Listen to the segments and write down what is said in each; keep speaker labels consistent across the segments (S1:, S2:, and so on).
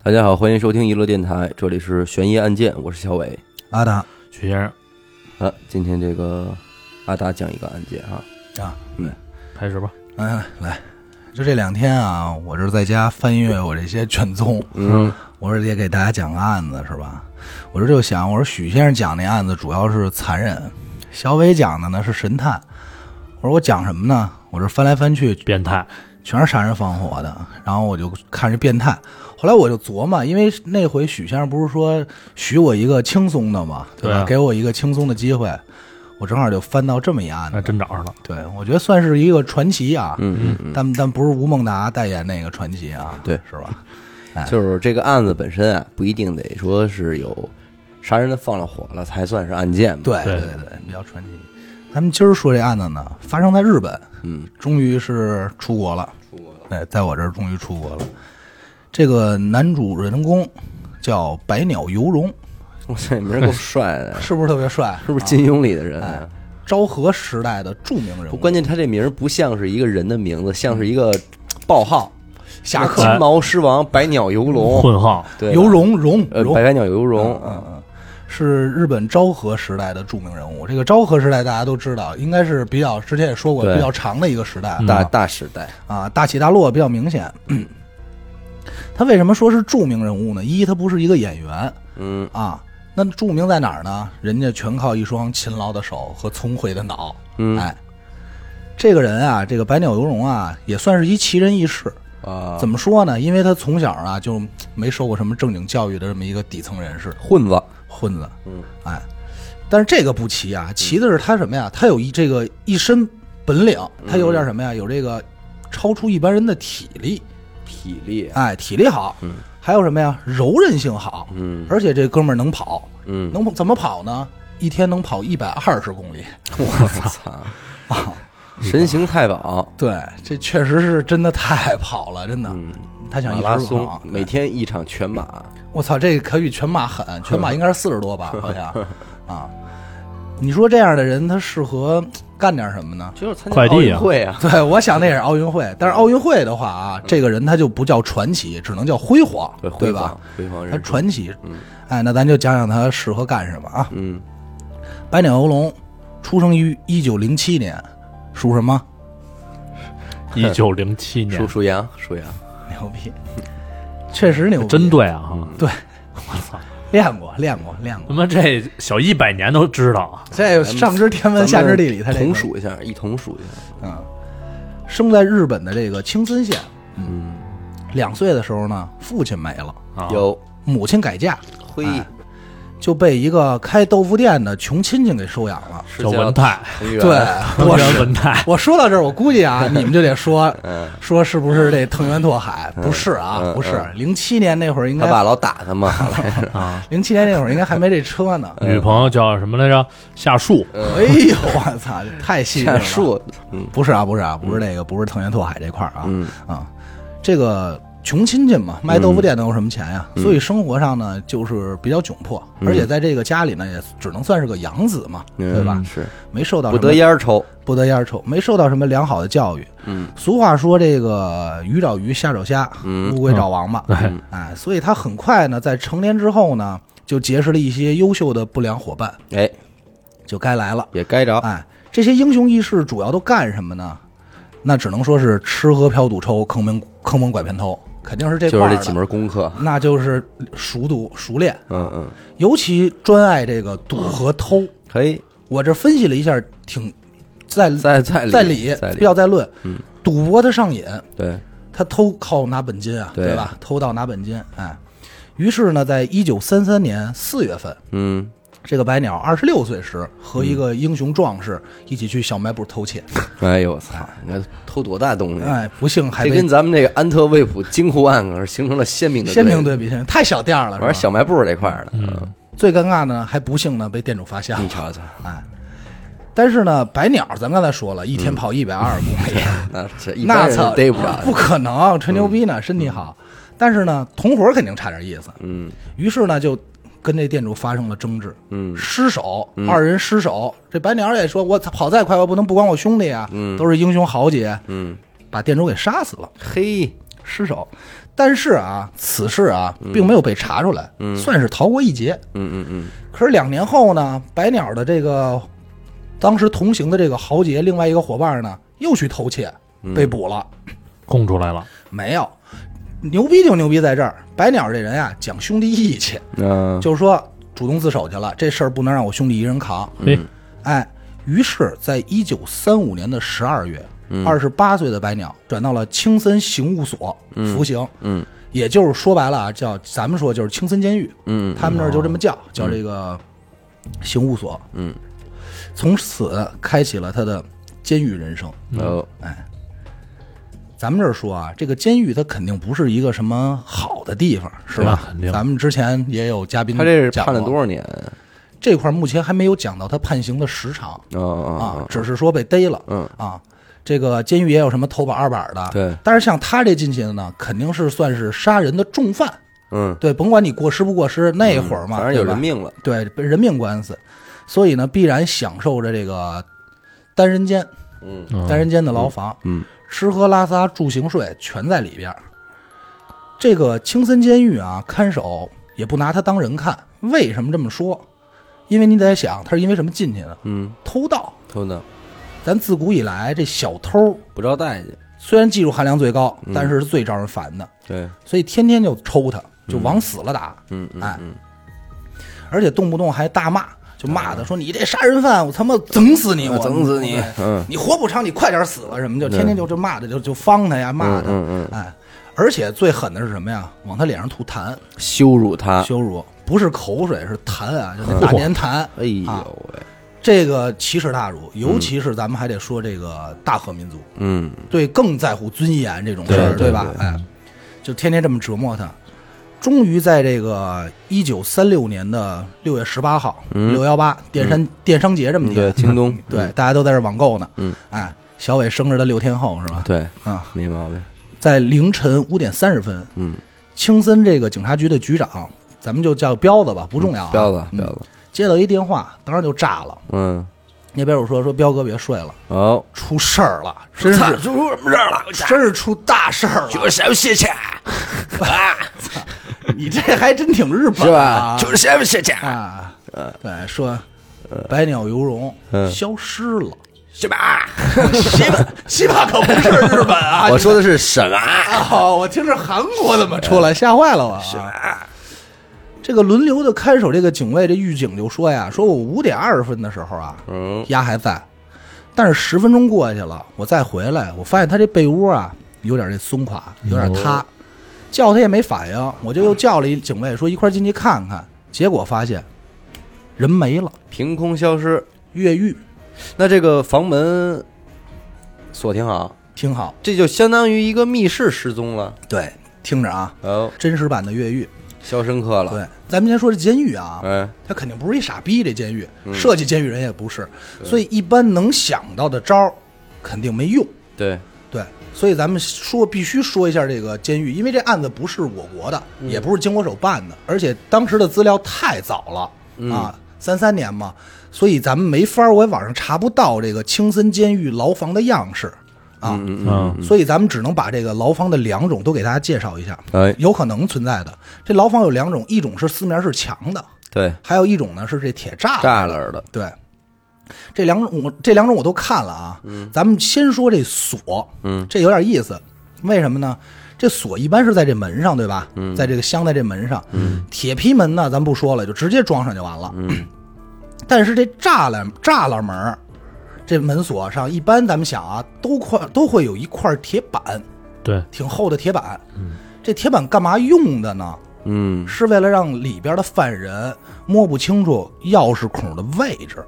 S1: 大家好，欢迎收听娱乐电台，这里是悬疑案件，我是小伟。
S2: 阿达
S3: 许先生，
S1: 啊，今天这个阿达讲一个案件啊，
S2: 啊，
S3: 开始吧。
S2: 嗯，来，就这两天啊，我就是在家翻阅我这些卷宗，
S1: 嗯
S2: 我说也给大家讲个案子是吧？我这就想，我说许先生讲那案子主要是残忍，小伟讲的呢是神探。我说我讲什么呢？我这翻来翻去
S3: 变态，
S2: 全是杀人放火的，然后我就看这变态。后来我就琢磨，因为那回许先生不是说许我一个轻松的嘛，对吧？
S3: 对啊
S2: 给我一个轻松的机会，我正好就翻到这么一案子
S3: 那，哎真找上了。
S2: 对，我觉得算是一个传奇啊，
S1: 嗯嗯
S2: 但但不是吴孟达代言那个传奇啊，
S1: 对
S2: 是吧？哎
S1: 嗯，就是这个案子本身啊，不一定得说是有杀人的放了火了才算是案件嘛。
S2: 对
S3: 对
S2: 对对，比较传奇。咱们今儿说这案子呢，发生在日本，
S1: 嗯，
S2: 终于是出国了，出国了，哎，在我这儿终于出国了。这个男主人公叫百鸟游龙，
S1: 哇塞，名儿够帅的，
S2: 是不是特别帅？
S1: 是不是金庸里的人啊？
S2: 昭和时代的著名人
S1: 不，
S2: 物，
S1: 关键他这名儿不像是一个人的名字，像是一个报号，
S2: 侠客
S1: 金毛狮王、百鸟游龙、
S3: 混号，
S1: 对吧
S2: 游龙龙
S1: 呃，
S2: 龙
S1: 百百鸟游龙，
S2: 嗯嗯，是日本昭和时代的著名人物。这个昭和时代大家都知道，应该是比较之前也说过
S1: 对
S2: 比较长的一个时代、
S3: 嗯
S1: 大大时代，
S2: 啊，大起大落比较明显。 他为什么说是著名人物呢？一，他不是一个演员
S1: 嗯，
S2: 啊，那著名在哪儿呢？人家全靠一双勤劳的手和聪慧的脑。
S1: 嗯
S2: 哎，这个人啊，这个百鸟游龙啊，也算是一奇人异事。
S1: 啊，
S2: 怎么说呢？因为他从小啊就没受过什么正经教育的这么一个底层人士。
S1: 混子，
S2: 混子，
S1: 嗯，
S2: 哎，但是这个不奇啊，奇的是他什么呀？他有一这个一身本领，他
S1: 嗯
S2: 有点什么呀？有这个超出一般人的体力，
S1: 体力，
S2: 哎，体力好，
S1: 嗯，
S2: 还有什么呀？柔韧性好，
S1: 嗯
S2: 而且这哥们儿能跑，
S1: 嗯，
S2: 能怎么跑呢？一天能跑一百二十公里，
S1: 我操，啊神行太保，
S2: 对，这确实是真的太跑了，真的。他想
S1: 嗯马
S2: 一
S1: 拉
S2: 直跑
S1: 松，，每天一场全马，
S2: 我操，这可比全马狠，全马应该是四十多吧，好像啊。你说这样的人，他适合干点什么呢？
S1: 就是参
S3: 快递
S1: 奥运
S3: 啊
S1: 会啊，
S2: 对，我想那也是奥运会，但是奥运会的话啊，这个人他就不叫传奇，只能叫辉煌，
S1: 对，辉
S2: 对吧
S1: 煌？，辉煌人
S2: 他
S1: 士，
S2: 传奇
S1: 嗯，
S2: 哎，那咱就讲讲他适合干什么啊？
S1: 嗯，
S2: 白鸟游龙出生于一九零七年，属什么？
S3: 一九零七年
S1: 属，属羊，属羊，
S2: 牛逼，确实牛逼，
S3: 真对啊！哈
S2: 对，
S3: 我操，
S2: 练过，练过，练
S3: 他
S1: 嗯
S2: 过。
S3: 妈这小一百年都知道啊！
S2: 这上知天文，下知地理，他
S1: 咱
S2: 这
S1: 们同
S2: 个，
S1: 数一下，一同数一下，
S2: 嗯，生在日本的这个青森县，
S1: 嗯，
S2: 两岁的时候呢，父亲没了，
S3: 啊，
S1: 有
S2: 母亲改嫁，
S1: 灰
S2: 哎就被一个开豆腐店的穷亲戚给收养了。
S1: 是
S3: 叫文泰，
S1: 藤原，
S2: 对，
S3: 藤
S2: 我
S3: 原
S2: 是
S3: 文泰，
S2: 我说到这儿，我估计啊，你们就得说
S1: 嗯，
S2: 说是不是这藤原拓海？不是啊
S1: 嗯，
S2: 不是
S1: 嗯。
S2: 零七年那会儿应
S1: 他
S2: 该，
S1: 爸老打他嘛，后来
S2: 零七年那会儿应该还没这车呢。
S3: 啊女朋友叫什么来着？夏树，
S2: 哎呦，我操，这太细致
S1: 下
S2: 了。
S1: 嗯树，嗯
S2: 不是啊，不是啊，不是那个，不是藤原拓海这块儿啊
S1: 嗯
S2: 啊，这个穷亲戚嘛，卖豆腐店能有什么钱呀？
S1: 嗯
S2: 所以生活上呢，就是比较窘迫，而且在这个家里呢，也只能算是个养子嘛，
S1: 嗯
S2: 对吧？
S1: 是
S2: 没受到
S1: 不
S2: 什么
S1: 得烟儿抽，
S2: 不得烟抽，没受到什么良好的教育。
S1: 嗯，
S2: 俗话说这个鱼找鱼，虾找虾，
S1: 嗯
S2: 乌龟找王八。
S3: 对，
S2: 哎，所以他很快呢，在成年之后呢，就结识了一些优秀的不良伙伴，
S1: 哎，
S2: 就该来了。
S1: 也该着，
S2: 哎，这些英雄义士主要都干什么呢？那只能说是吃喝嫖赌抽，坑蒙坑蒙拐骗偷，肯定是这
S1: 就
S2: 块
S1: 是
S2: 儿
S1: 这
S2: 的。
S1: 几门功课，
S2: 那就是熟读熟练，
S1: 嗯嗯，
S2: 尤其专爱这个赌和偷。
S1: 可以，
S2: 我这分析了一下，挺在
S1: 在在
S2: 在
S1: 理嗯
S2: 理，
S1: 在
S2: 不要再论。赌博他上瘾，
S1: 对，
S2: 他偷靠拿本金啊，
S1: 对
S2: 对吧？偷盗拿本金，哎。于是呢，在一九三三年四月份，
S1: 嗯，
S2: 这个白鸟二十六岁时，和一个英雄壮士一起去小卖部偷窃，
S1: 哎呦我操，你看偷多大东西，
S2: 哎，不幸还
S1: 这
S2: 被
S1: 跟咱们这个安特卫普京沪案可是形成了鲜明的
S2: 鲜明
S1: 对
S2: 对比，鲜明太小店儿了。
S1: 比，
S2: 是
S1: 玩
S2: 吧
S1: 小卖部这块儿的，嗯，
S2: 最尴尬呢，还不幸呢被店主发现了
S1: 你。瞧瞧，
S2: 哎，但是呢，白鸟咱刚才说了一
S1: 嗯
S2: 天跑一百二十公里，
S1: 那这一般
S2: 那
S1: 人
S2: 操
S1: 逮不着， 嗯
S2: 不可能，啊吹牛逼呢，身体好。但是呢，同伙肯定差点意思。
S1: 嗯
S2: 于是呢，就跟这店主发生了争执，
S1: 嗯
S2: 失手，二人失手。这白鸟也说：“我操跑再快，我不能不管我兄弟啊，
S1: 嗯
S2: 都是英雄豪杰。
S1: 嗯，”
S2: 把店主给杀死了，
S1: 嘿，
S2: 失手。但是啊，此事啊，并没有被查出来，算是逃过一劫。
S1: 嗯嗯
S2: 可是两年后呢，白鸟的这个当时同行的这个豪杰另外一个伙伴呢，又去偷窃，
S1: 嗯
S2: 被捕了。
S3: 供出来了，
S2: 没有，牛逼就牛逼在这儿，白鸟这人啊，讲兄弟义气，
S1: 嗯，嗯
S2: 就是说主动自首去了，这事儿不能让我兄弟一人扛。
S1: 嗯
S3: 哎，
S2: 哎，于是，在一九三五年的十二月，
S1: 嗯
S2: 二十八岁的白鸟转到了青森刑务所服刑。
S1: 嗯
S2: 也就是说白了啊，叫咱们说就是青森监狱，
S1: 嗯
S2: 他们那儿就这么叫，叫这个刑务所。
S1: 嗯，
S2: 从此开启了他的监狱人生。
S1: 哦，
S2: 嗯咱们这儿说啊，这个监狱它肯定不是一个什么好的地方，是吧？
S3: 那肯定
S2: 咱们之前也有嘉宾
S1: 啊他这是
S2: 讲
S1: 判了
S2: 过
S1: 多少年？
S2: 这块儿目前还没有讲到他判刑的时长
S1: 哦
S2: 啊
S1: 哦，，
S2: 只是说被逮了。
S1: 嗯
S2: 啊，这个监狱也有什么头把二把的。
S1: 对，
S2: 但是像他这进去的呢，肯定是算是杀人的重犯。
S1: 嗯，
S2: 对，甭管你过失不过失，那会儿嘛，
S1: 反正有
S2: 对吧
S1: 人命了。
S2: 对被人命官司，所以呢，必然享受着这个单人间、
S1: 嗯
S3: 嗯
S2: 单人间的牢房，
S1: 嗯
S2: 吃喝拉撒住行睡全在里边儿。这个青森监狱啊，看守也不拿他当人看。为什么这么说？因为你得想，他是因为什么进去的？
S1: 嗯，
S2: 偷盗。
S1: 偷的
S2: 咱自古以来，这小偷
S1: 不招待见。
S2: 虽然技术含量最高，
S1: 嗯
S2: 但是是最招人烦的，
S1: 对，
S2: 所以天天就抽他，就往死了打。
S1: 嗯嗯
S2: 哎
S1: 嗯，啊
S2: 而且动不动还大骂，就骂他说你这杀人犯，我他妈整死你，我
S1: 整死你
S2: 对
S1: 嗯
S2: 你活不长，你快点死吧，什么就天天就就骂他，就就方他呀，骂他，
S1: 嗯嗯
S2: 哎，而且最狠的是什么呀？往他脸上吐痰，
S1: 羞辱他。
S2: 羞辱，不是口水，是 痰啊，就那大粘痰，
S1: 哎呦
S2: 啊
S1: 喂，
S2: 这个奇耻大辱，尤其是咱们还得说这个大和民族
S1: 嗯
S2: 对更在乎尊严这种事儿，
S1: 对对
S2: 吧？哎，就天天这么折磨他。终于在这个一九三六年的六月十八号，六幺八电商电商节这
S1: 嗯
S2: 么
S1: 对，
S2: 天，
S1: 京东，
S2: 对，大家都在这网购呢。
S1: 嗯，
S2: 哎，小伟生日的六天后是吧？
S1: 对，
S2: 啊，
S1: 没毛病。
S2: 在凌晨五点三十分，
S1: 嗯，
S2: 青森这个警察局的局长，咱们就叫彪子吧，不重要、啊。
S1: 彪子，
S2: 嗯
S1: 彪子，
S2: 接到一电话，当时就炸了。
S1: 嗯，
S2: 那边我说说彪哥别睡了，
S1: 哦，
S2: 出事儿了， 真
S1: 操
S2: 是
S1: 出什么事儿了？
S2: 真是出大事儿了。
S1: 是谁不谢 谢，
S2: 你这还真挺日本
S1: 啊是吧？
S2: 啊
S1: 是谁不谢谢，
S2: 啊，对，说百鸟游龙
S1: 嗯
S2: 消失了，
S1: 是 吧？
S2: 西巴西巴可不是日本啊！
S1: 我说的是啊什么？
S2: 哦，我听着韩国怎么出来，吓坏了我啊。这个轮流的看守这个警卫，这狱警就说呀：“说我五点二十分的时候啊，
S1: 嗯
S2: 鸭还在，但是十分钟过去了，我再回来，我发现他这被窝啊有点这松垮，有点塌，叫他也没反应，我就又叫了一警卫说一块儿进去看看，结果发现人没了，
S1: 凭空消失。
S2: 越狱。
S1: 那这个房门锁挺好，
S2: 挺好，
S1: 这就相当于一个密室失踪了。
S2: 对，听着啊，
S1: 哦，
S2: 真实版的越狱。
S1: 肖申克了。
S2: 对，咱们先说这监狱啊，
S1: 哎，
S2: 他肯定不是一傻逼，这监狱
S3: 嗯
S2: 设计监狱人也不是，所以一般能想到的招儿肯定没用。
S1: 对，
S2: 对，所以咱们说必须说一下这个监狱，因为这案子不是我国的，
S3: 嗯
S2: 也不是经国手办的，而且当时的资料太早了、
S3: 嗯
S2: 啊，三三年嘛，所以咱们没法儿，我也网上查不到这个青森监狱牢房的样式啊，
S3: 嗯，
S2: 所以咱们只能把这个牢房的两种都给大家介绍一下，
S1: 哎，
S2: 有可能存在的。这牢房有两种，一种是四面是墙的，
S1: 对，
S2: 还有一种呢是这铁栅
S1: 栅
S2: 栏。
S1: 栏的。
S2: 对，这两种我这两种我都看了啊。嗯，咱们先说这锁，嗯，这有点意思，为什么呢？这锁一般是在这门上，对吧？嗯，在这个镶在这门上。嗯，铁皮门呢，咱不说了，就直接装上就完了。嗯， 但是这栅栏栅栏门儿，这门锁上一般咱们想啊，都块都会有一块铁板，
S3: 对，
S2: 挺厚的铁板。嗯，这铁板干嘛用的呢？
S1: 嗯，
S2: 是为了让里边的犯人摸不清楚钥匙孔的位置。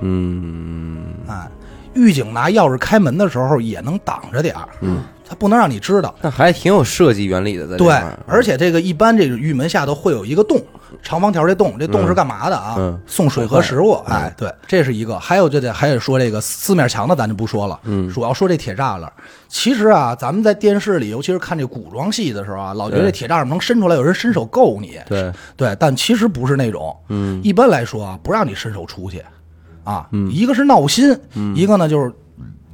S1: 嗯，
S2: 哎，狱警拿钥匙开门的时候也能挡着点儿，嗯，他不能让你知道。
S1: 那还挺有设计原理的，在嗯这
S2: 对
S1: 块儿，
S2: 而且这个一般这个狱门下头会有一个洞，长方条这洞，这洞是干嘛的啊？
S1: 嗯
S2: 送水和食物。哎，对，这是一个。还有就得还得说这个四面墙的，咱就不说了，嗯，主要说这铁栅栏。其实啊，咱们在电视里，尤其是看这古装戏的时候啊，老觉得这铁栅栏能伸出来，有人伸手够你，
S1: 对，
S2: 对，但其实不是那种，嗯，一般来说啊，不让你
S1: 嗯
S2: 伸手出去，啊，一个是闹心，一个呢就是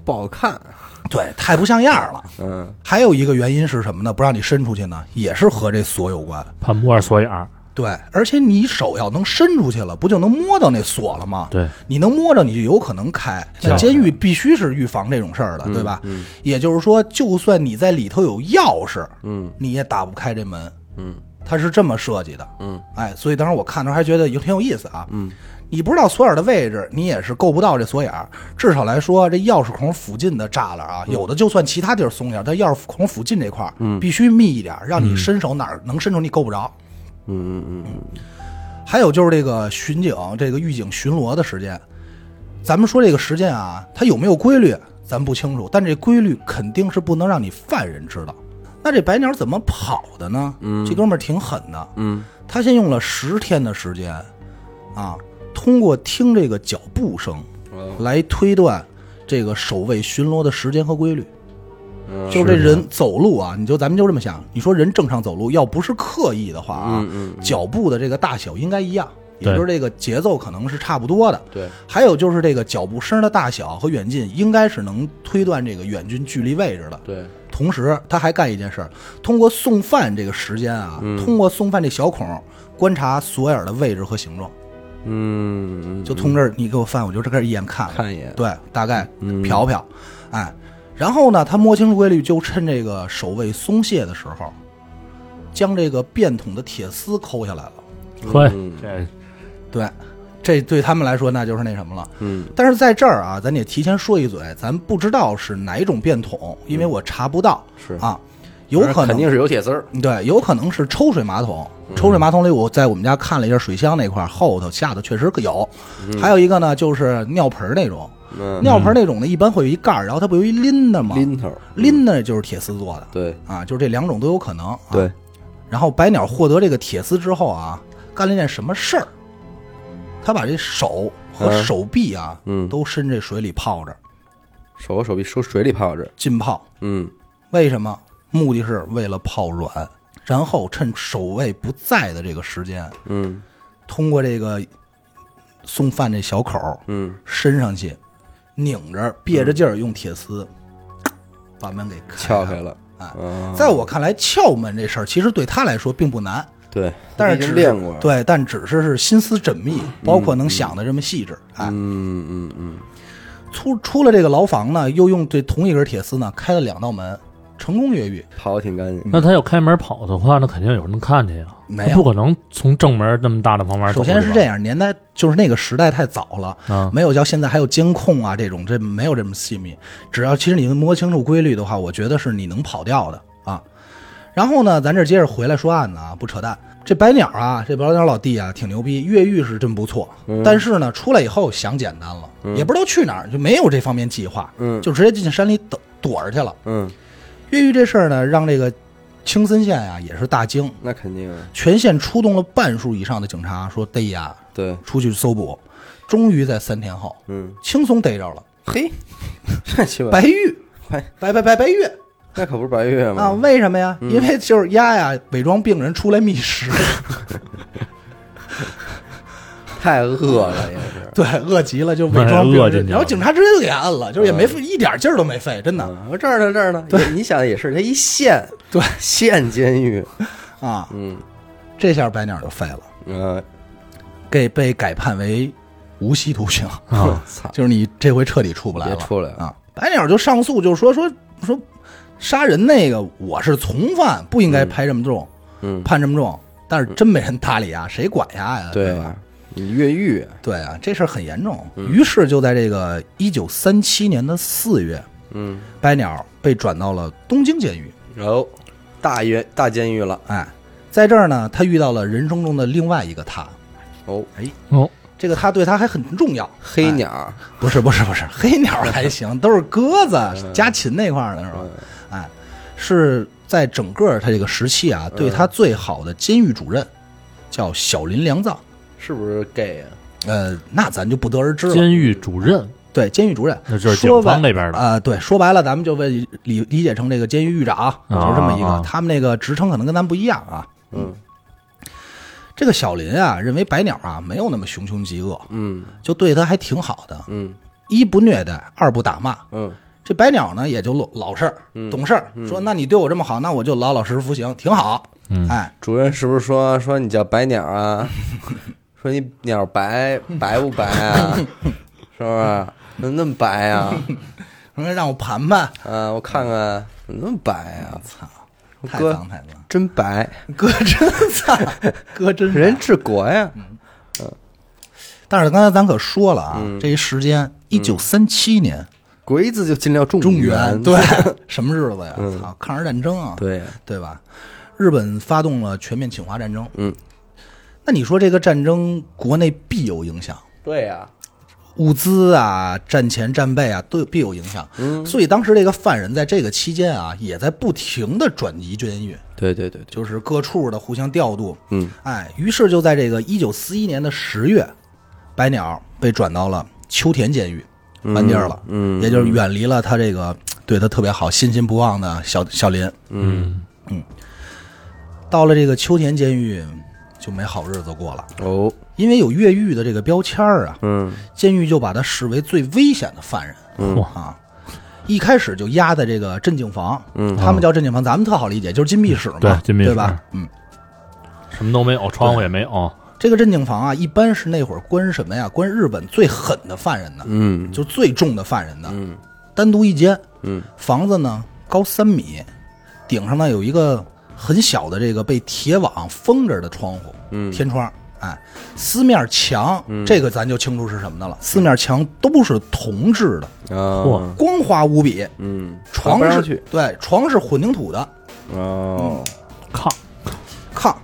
S1: 不好看。
S2: 对，太不像样儿了。
S1: 嗯，
S2: 还有一个原因是什么呢？不让你伸出去呢，也是和这锁有关。
S3: 怕摸着锁眼儿，
S2: 对，而且你手要能伸出去了，不就能摸到那锁了吗？
S3: 对，
S2: 你能摸着，你就有可能开。那监狱必须是预防这种事儿的，对吧？也就是说，就算你在里头有钥匙，
S1: 嗯，
S2: 你也打不开这门。
S1: 嗯，
S2: 它是这么设计的。
S1: 嗯，
S2: 哎，所以当时我看的时候还觉得有挺有意思啊。嗯，你不知道锁眼的位置，你也是够不到这锁眼儿。至少来说，这钥匙孔附近的栅栏
S1: 嗯
S2: 啊，有的就算其他地儿松点儿，但钥匙孔附近这块儿，必须密一点儿，
S1: 嗯
S2: 让你伸手哪儿能伸出你够不着。还有就是这个巡警、这个狱警巡逻的时间，咱们说这个时间啊，它有没有规律，咱不清楚，但这规律肯定是不能让你犯人知道。那这白鸟怎么跑的呢？嗯，这哥们儿挺狠的，
S1: 嗯，
S2: 他先用了十天的时间，啊，通过听这个脚步声来推断这个守卫巡逻的时间和规律。嗯
S1: 嗯
S2: 就是这人走路啊，你就咱们就这么想，你说人正常走路，要不是刻意的话
S1: 嗯
S2: 啊，脚步的这个大小应该一样，也
S3: 对
S2: 就是这个节奏可能是差不多的。
S1: 对，
S2: 还有就是这个脚步声的大小和远近，应该是能推断这个远近距离位置的。
S1: 对，
S2: 同时，他还干一件事儿，通过送饭这个时间啊，通过送饭这小孔观察索尔的位置和形状，
S1: 嗯，
S2: 就从这儿你给我饭，我就这儿一眼看了
S1: 看一眼，嗯
S2: 对，大概瞟瞟，哎，然后呢，他摸清楚规律，就趁这个守卫松懈的时候，将这个便桶的铁丝抠下来了。
S3: 嘿
S1: 嗯，
S3: 这
S2: 对，这对他们来说那就是那什么了。
S1: 嗯，
S2: 但是在这儿啊，咱得提前说一嘴，咱不知道是哪种便桶，因为我查不到。
S1: 嗯是
S2: 啊，有可能啊
S1: 肯定嗯是有铁丝儿，
S2: 对，有可能是抽水马桶。抽水马桶里，我在我们家看了一下水箱那块儿后头下的确实有，还有一个呢就是尿盆儿那种，
S1: 嗯，
S2: 尿盆儿那种呢一般会有一盖儿，然后它不有一拎的吗？
S1: 拎头，
S2: 拎的就是铁丝做的
S1: 对
S2: 啊，就是这两种都有可能、啊。，
S1: 对，
S2: 然后白鸟获得这个铁丝之后啊，干了一件什么事儿？他把这手和
S1: 嗯
S2: 手臂啊，
S1: 嗯
S2: 都伸这水里泡着
S1: 手和手臂收水里泡着，
S2: 浸泡，
S1: 嗯
S2: 为什么？目的是为了泡软，然后趁守卫不在的这个时间，
S1: 嗯
S2: 通过这个送饭这小口儿
S1: 嗯，
S2: 伸上去，拧着憋着劲儿，用铁丝、把门给
S1: 嗯撬
S2: 开
S1: 开。 了，
S2: 哎
S1: 啊，
S2: 在我看来，撬门这事儿其实对他来说并不难，
S1: 对，
S2: 但是
S1: 已
S2: 只
S1: 经
S2: 是
S1: 练过，，
S2: 对，但只是是心思缜密，包括能想的这么细致。哎，
S1: 嗯嗯嗯，
S2: 出出了这个牢房呢，又用这同一根铁丝呢开了两道门，成功越狱。
S1: 跑得挺干净，
S3: 那他要开门跑的话，那肯定有人看见呀。
S2: 没有
S3: 他不可能从正门那么大的房门
S2: 首
S3: 走。
S2: 先是这
S3: 样，
S2: 样，年代就是那个时代太早了，
S3: 嗯
S2: 啊没有像现在还有监控啊这种，这没有这么细密。只要其实你能摸清楚规律的话，我觉得是你能跑掉的啊。然后呢，咱这接着回来说案子啊，不扯淡。这白鸟啊，这白鸟老弟啊，挺牛逼，越狱是真不错。但是呢，出来以后想简单了，也不知道去哪儿，就没有这方面计划，
S1: 嗯
S2: 就直接进山里躲躲着去了。
S1: 嗯，
S2: 越狱这事儿呢，让这个青森县呀、也是大惊，
S1: 那肯定啊，
S2: 全县出动了半数以上的警察，说逮呀，
S1: 对，
S2: 出去搜捕，终于在三天后
S1: 嗯，
S2: 轻松逮着了
S1: 嘿，这鸡巴
S2: 白玉，
S1: 白嗯
S2: 白白白白玉
S1: 那可不是白月
S2: 啊！
S1: 吗？
S2: 为什么呀？因为就是丫呀伪装病人出来 觅食，
S1: 太饿了也 是，
S2: 对，饿极了就伪装病
S3: 哎饿进
S2: 人，
S3: 去了
S2: 然后警察直接就给按了，就是也没
S1: 嗯
S2: 费一点劲儿都没费，真的
S1: 啊，我这儿呢这儿呢，对，你想的也是，他一县，
S2: 对，
S1: 县监狱，
S2: 啊！
S1: 嗯
S2: 这下白鸟就废了，
S1: 呃，
S2: 给被改判为无期徒刑，
S1: 我
S3: 啊
S1: 操，
S2: 就是你这回彻底出不啊来了，
S1: 啊别出来了
S2: 啊！白鸟就上诉，就说说说杀人那个我是从犯，不应该拍这么重。
S1: 嗯，
S2: 判这么重，但是真没人搭理啊，谁管呀呀？
S1: 对
S2: 吧？
S1: 吧？你越狱，
S2: 对啊，这事儿很严重。
S1: 嗯
S2: 于是就在这个一九三七年的四月，
S1: 嗯，
S2: 白鸟被转到了东京监狱。
S1: 然后大狱大监狱了，
S2: 哎，在这儿呢，他遇到了人生中的另外一个他，
S1: 哦，
S3: 哦，
S2: 这个他对他还很重要。
S1: 黑
S2: 哎
S1: 鸟，
S2: 不是不是不是，黑鸟还 行，都是鸽子、家禽那块儿的是
S1: 嗯
S2: 吧？哎，是在整个他这个时期
S1: 嗯
S2: 啊，对他最好的监狱主任叫小林良藏。
S1: 是不是 gay 啊？
S2: 呃，那咱就不得而知了。
S3: 监狱主任，
S2: 对，监狱主任，
S3: 那就是
S2: 说
S3: 警
S2: 白
S3: 方那边的。
S2: 啊、对，说白了，咱们就为理理解成这个监狱狱长，就是这么一个，
S3: 啊啊
S2: 他们那个职称可能跟咱不一样啊。
S1: 嗯
S2: 这个小林啊，认为白鸟啊没有那么熊熊极恶，
S1: 嗯
S2: 就对他还挺好的，
S1: 嗯
S2: 一不虐待，二不打骂。
S1: 嗯，
S2: 这白鸟呢也就老老实儿懂事儿，说那你对我这么好，那我就老老实实服刑，挺好。
S3: 嗯
S2: 哎，
S1: 主任是不是说说你叫白鸟 啊？说你鸟白白不白啊？是不是？怎么那么白啊？
S2: 说让我盘盘，
S1: 啊，我看看怎么那么白啊？
S2: 操，
S1: 我
S2: 太
S1: 哥
S2: 脏太脏，
S1: 真白，
S2: 哥真惨，哥真惨
S1: 人治国呀！
S2: 但是刚才咱可说了
S1: 嗯
S2: 啊，这一时间，一九三七年，
S1: 鬼子就进了中
S2: 中
S1: 原，
S2: 原对 什么日子呀？操，抗日战争啊，
S1: 嗯对，
S2: 对吧？日本发动了全面侵华战争，
S1: 嗯，
S2: 那你说这个战争国内必有影响，
S1: 对呀，
S2: 物资啊、战前战备啊都有必有影响，嗯，所以当时这个犯人在这个期间啊，也在不停的转移监狱，
S1: 对对对对，
S2: 就是各处的互相调度，
S1: 嗯，
S2: 哎，于是就在这个一九四一年的十月，白鸟被转到了秋田监狱，搬地儿了，嗯，也就是远离了他这个对他特别好、心心不忘的小小林。
S3: 嗯，
S2: 到了这个秋田监狱，就没好日子过了，
S1: 哦，
S2: 因为有越狱的这个标签儿啊，
S1: 嗯
S2: 监狱就把他视为最危险的犯人，
S3: 嚯
S2: 啊。一开始就压在这个镇静房，嗯，他们叫镇静房，咱们特好理解，就是禁闭室嘛，
S3: 啊对禁闭室
S2: 对吧？嗯，
S3: 什么都没有，窗户也没有，
S2: 这个镇静房啊，一般是那会儿关什么呀？关日本最狠的犯人的，
S1: 嗯
S2: 就最重的犯人的，
S1: 嗯
S2: 单独一间，
S1: 嗯，
S2: 房子呢高三米，顶上呢有一个很小的这个被铁网封着的窗户，嗯，天窗，哎，四面墙，
S1: 嗯
S2: 这个咱就清楚是什么的了，四面墙都是铜制的，
S1: 啊
S3: 嚯，
S2: 光滑无比，
S1: 嗯，
S2: 床
S1: 不让
S2: 是
S1: 去
S2: 对，床是混凝土的
S1: 哦，
S3: 炕，
S2: 炕。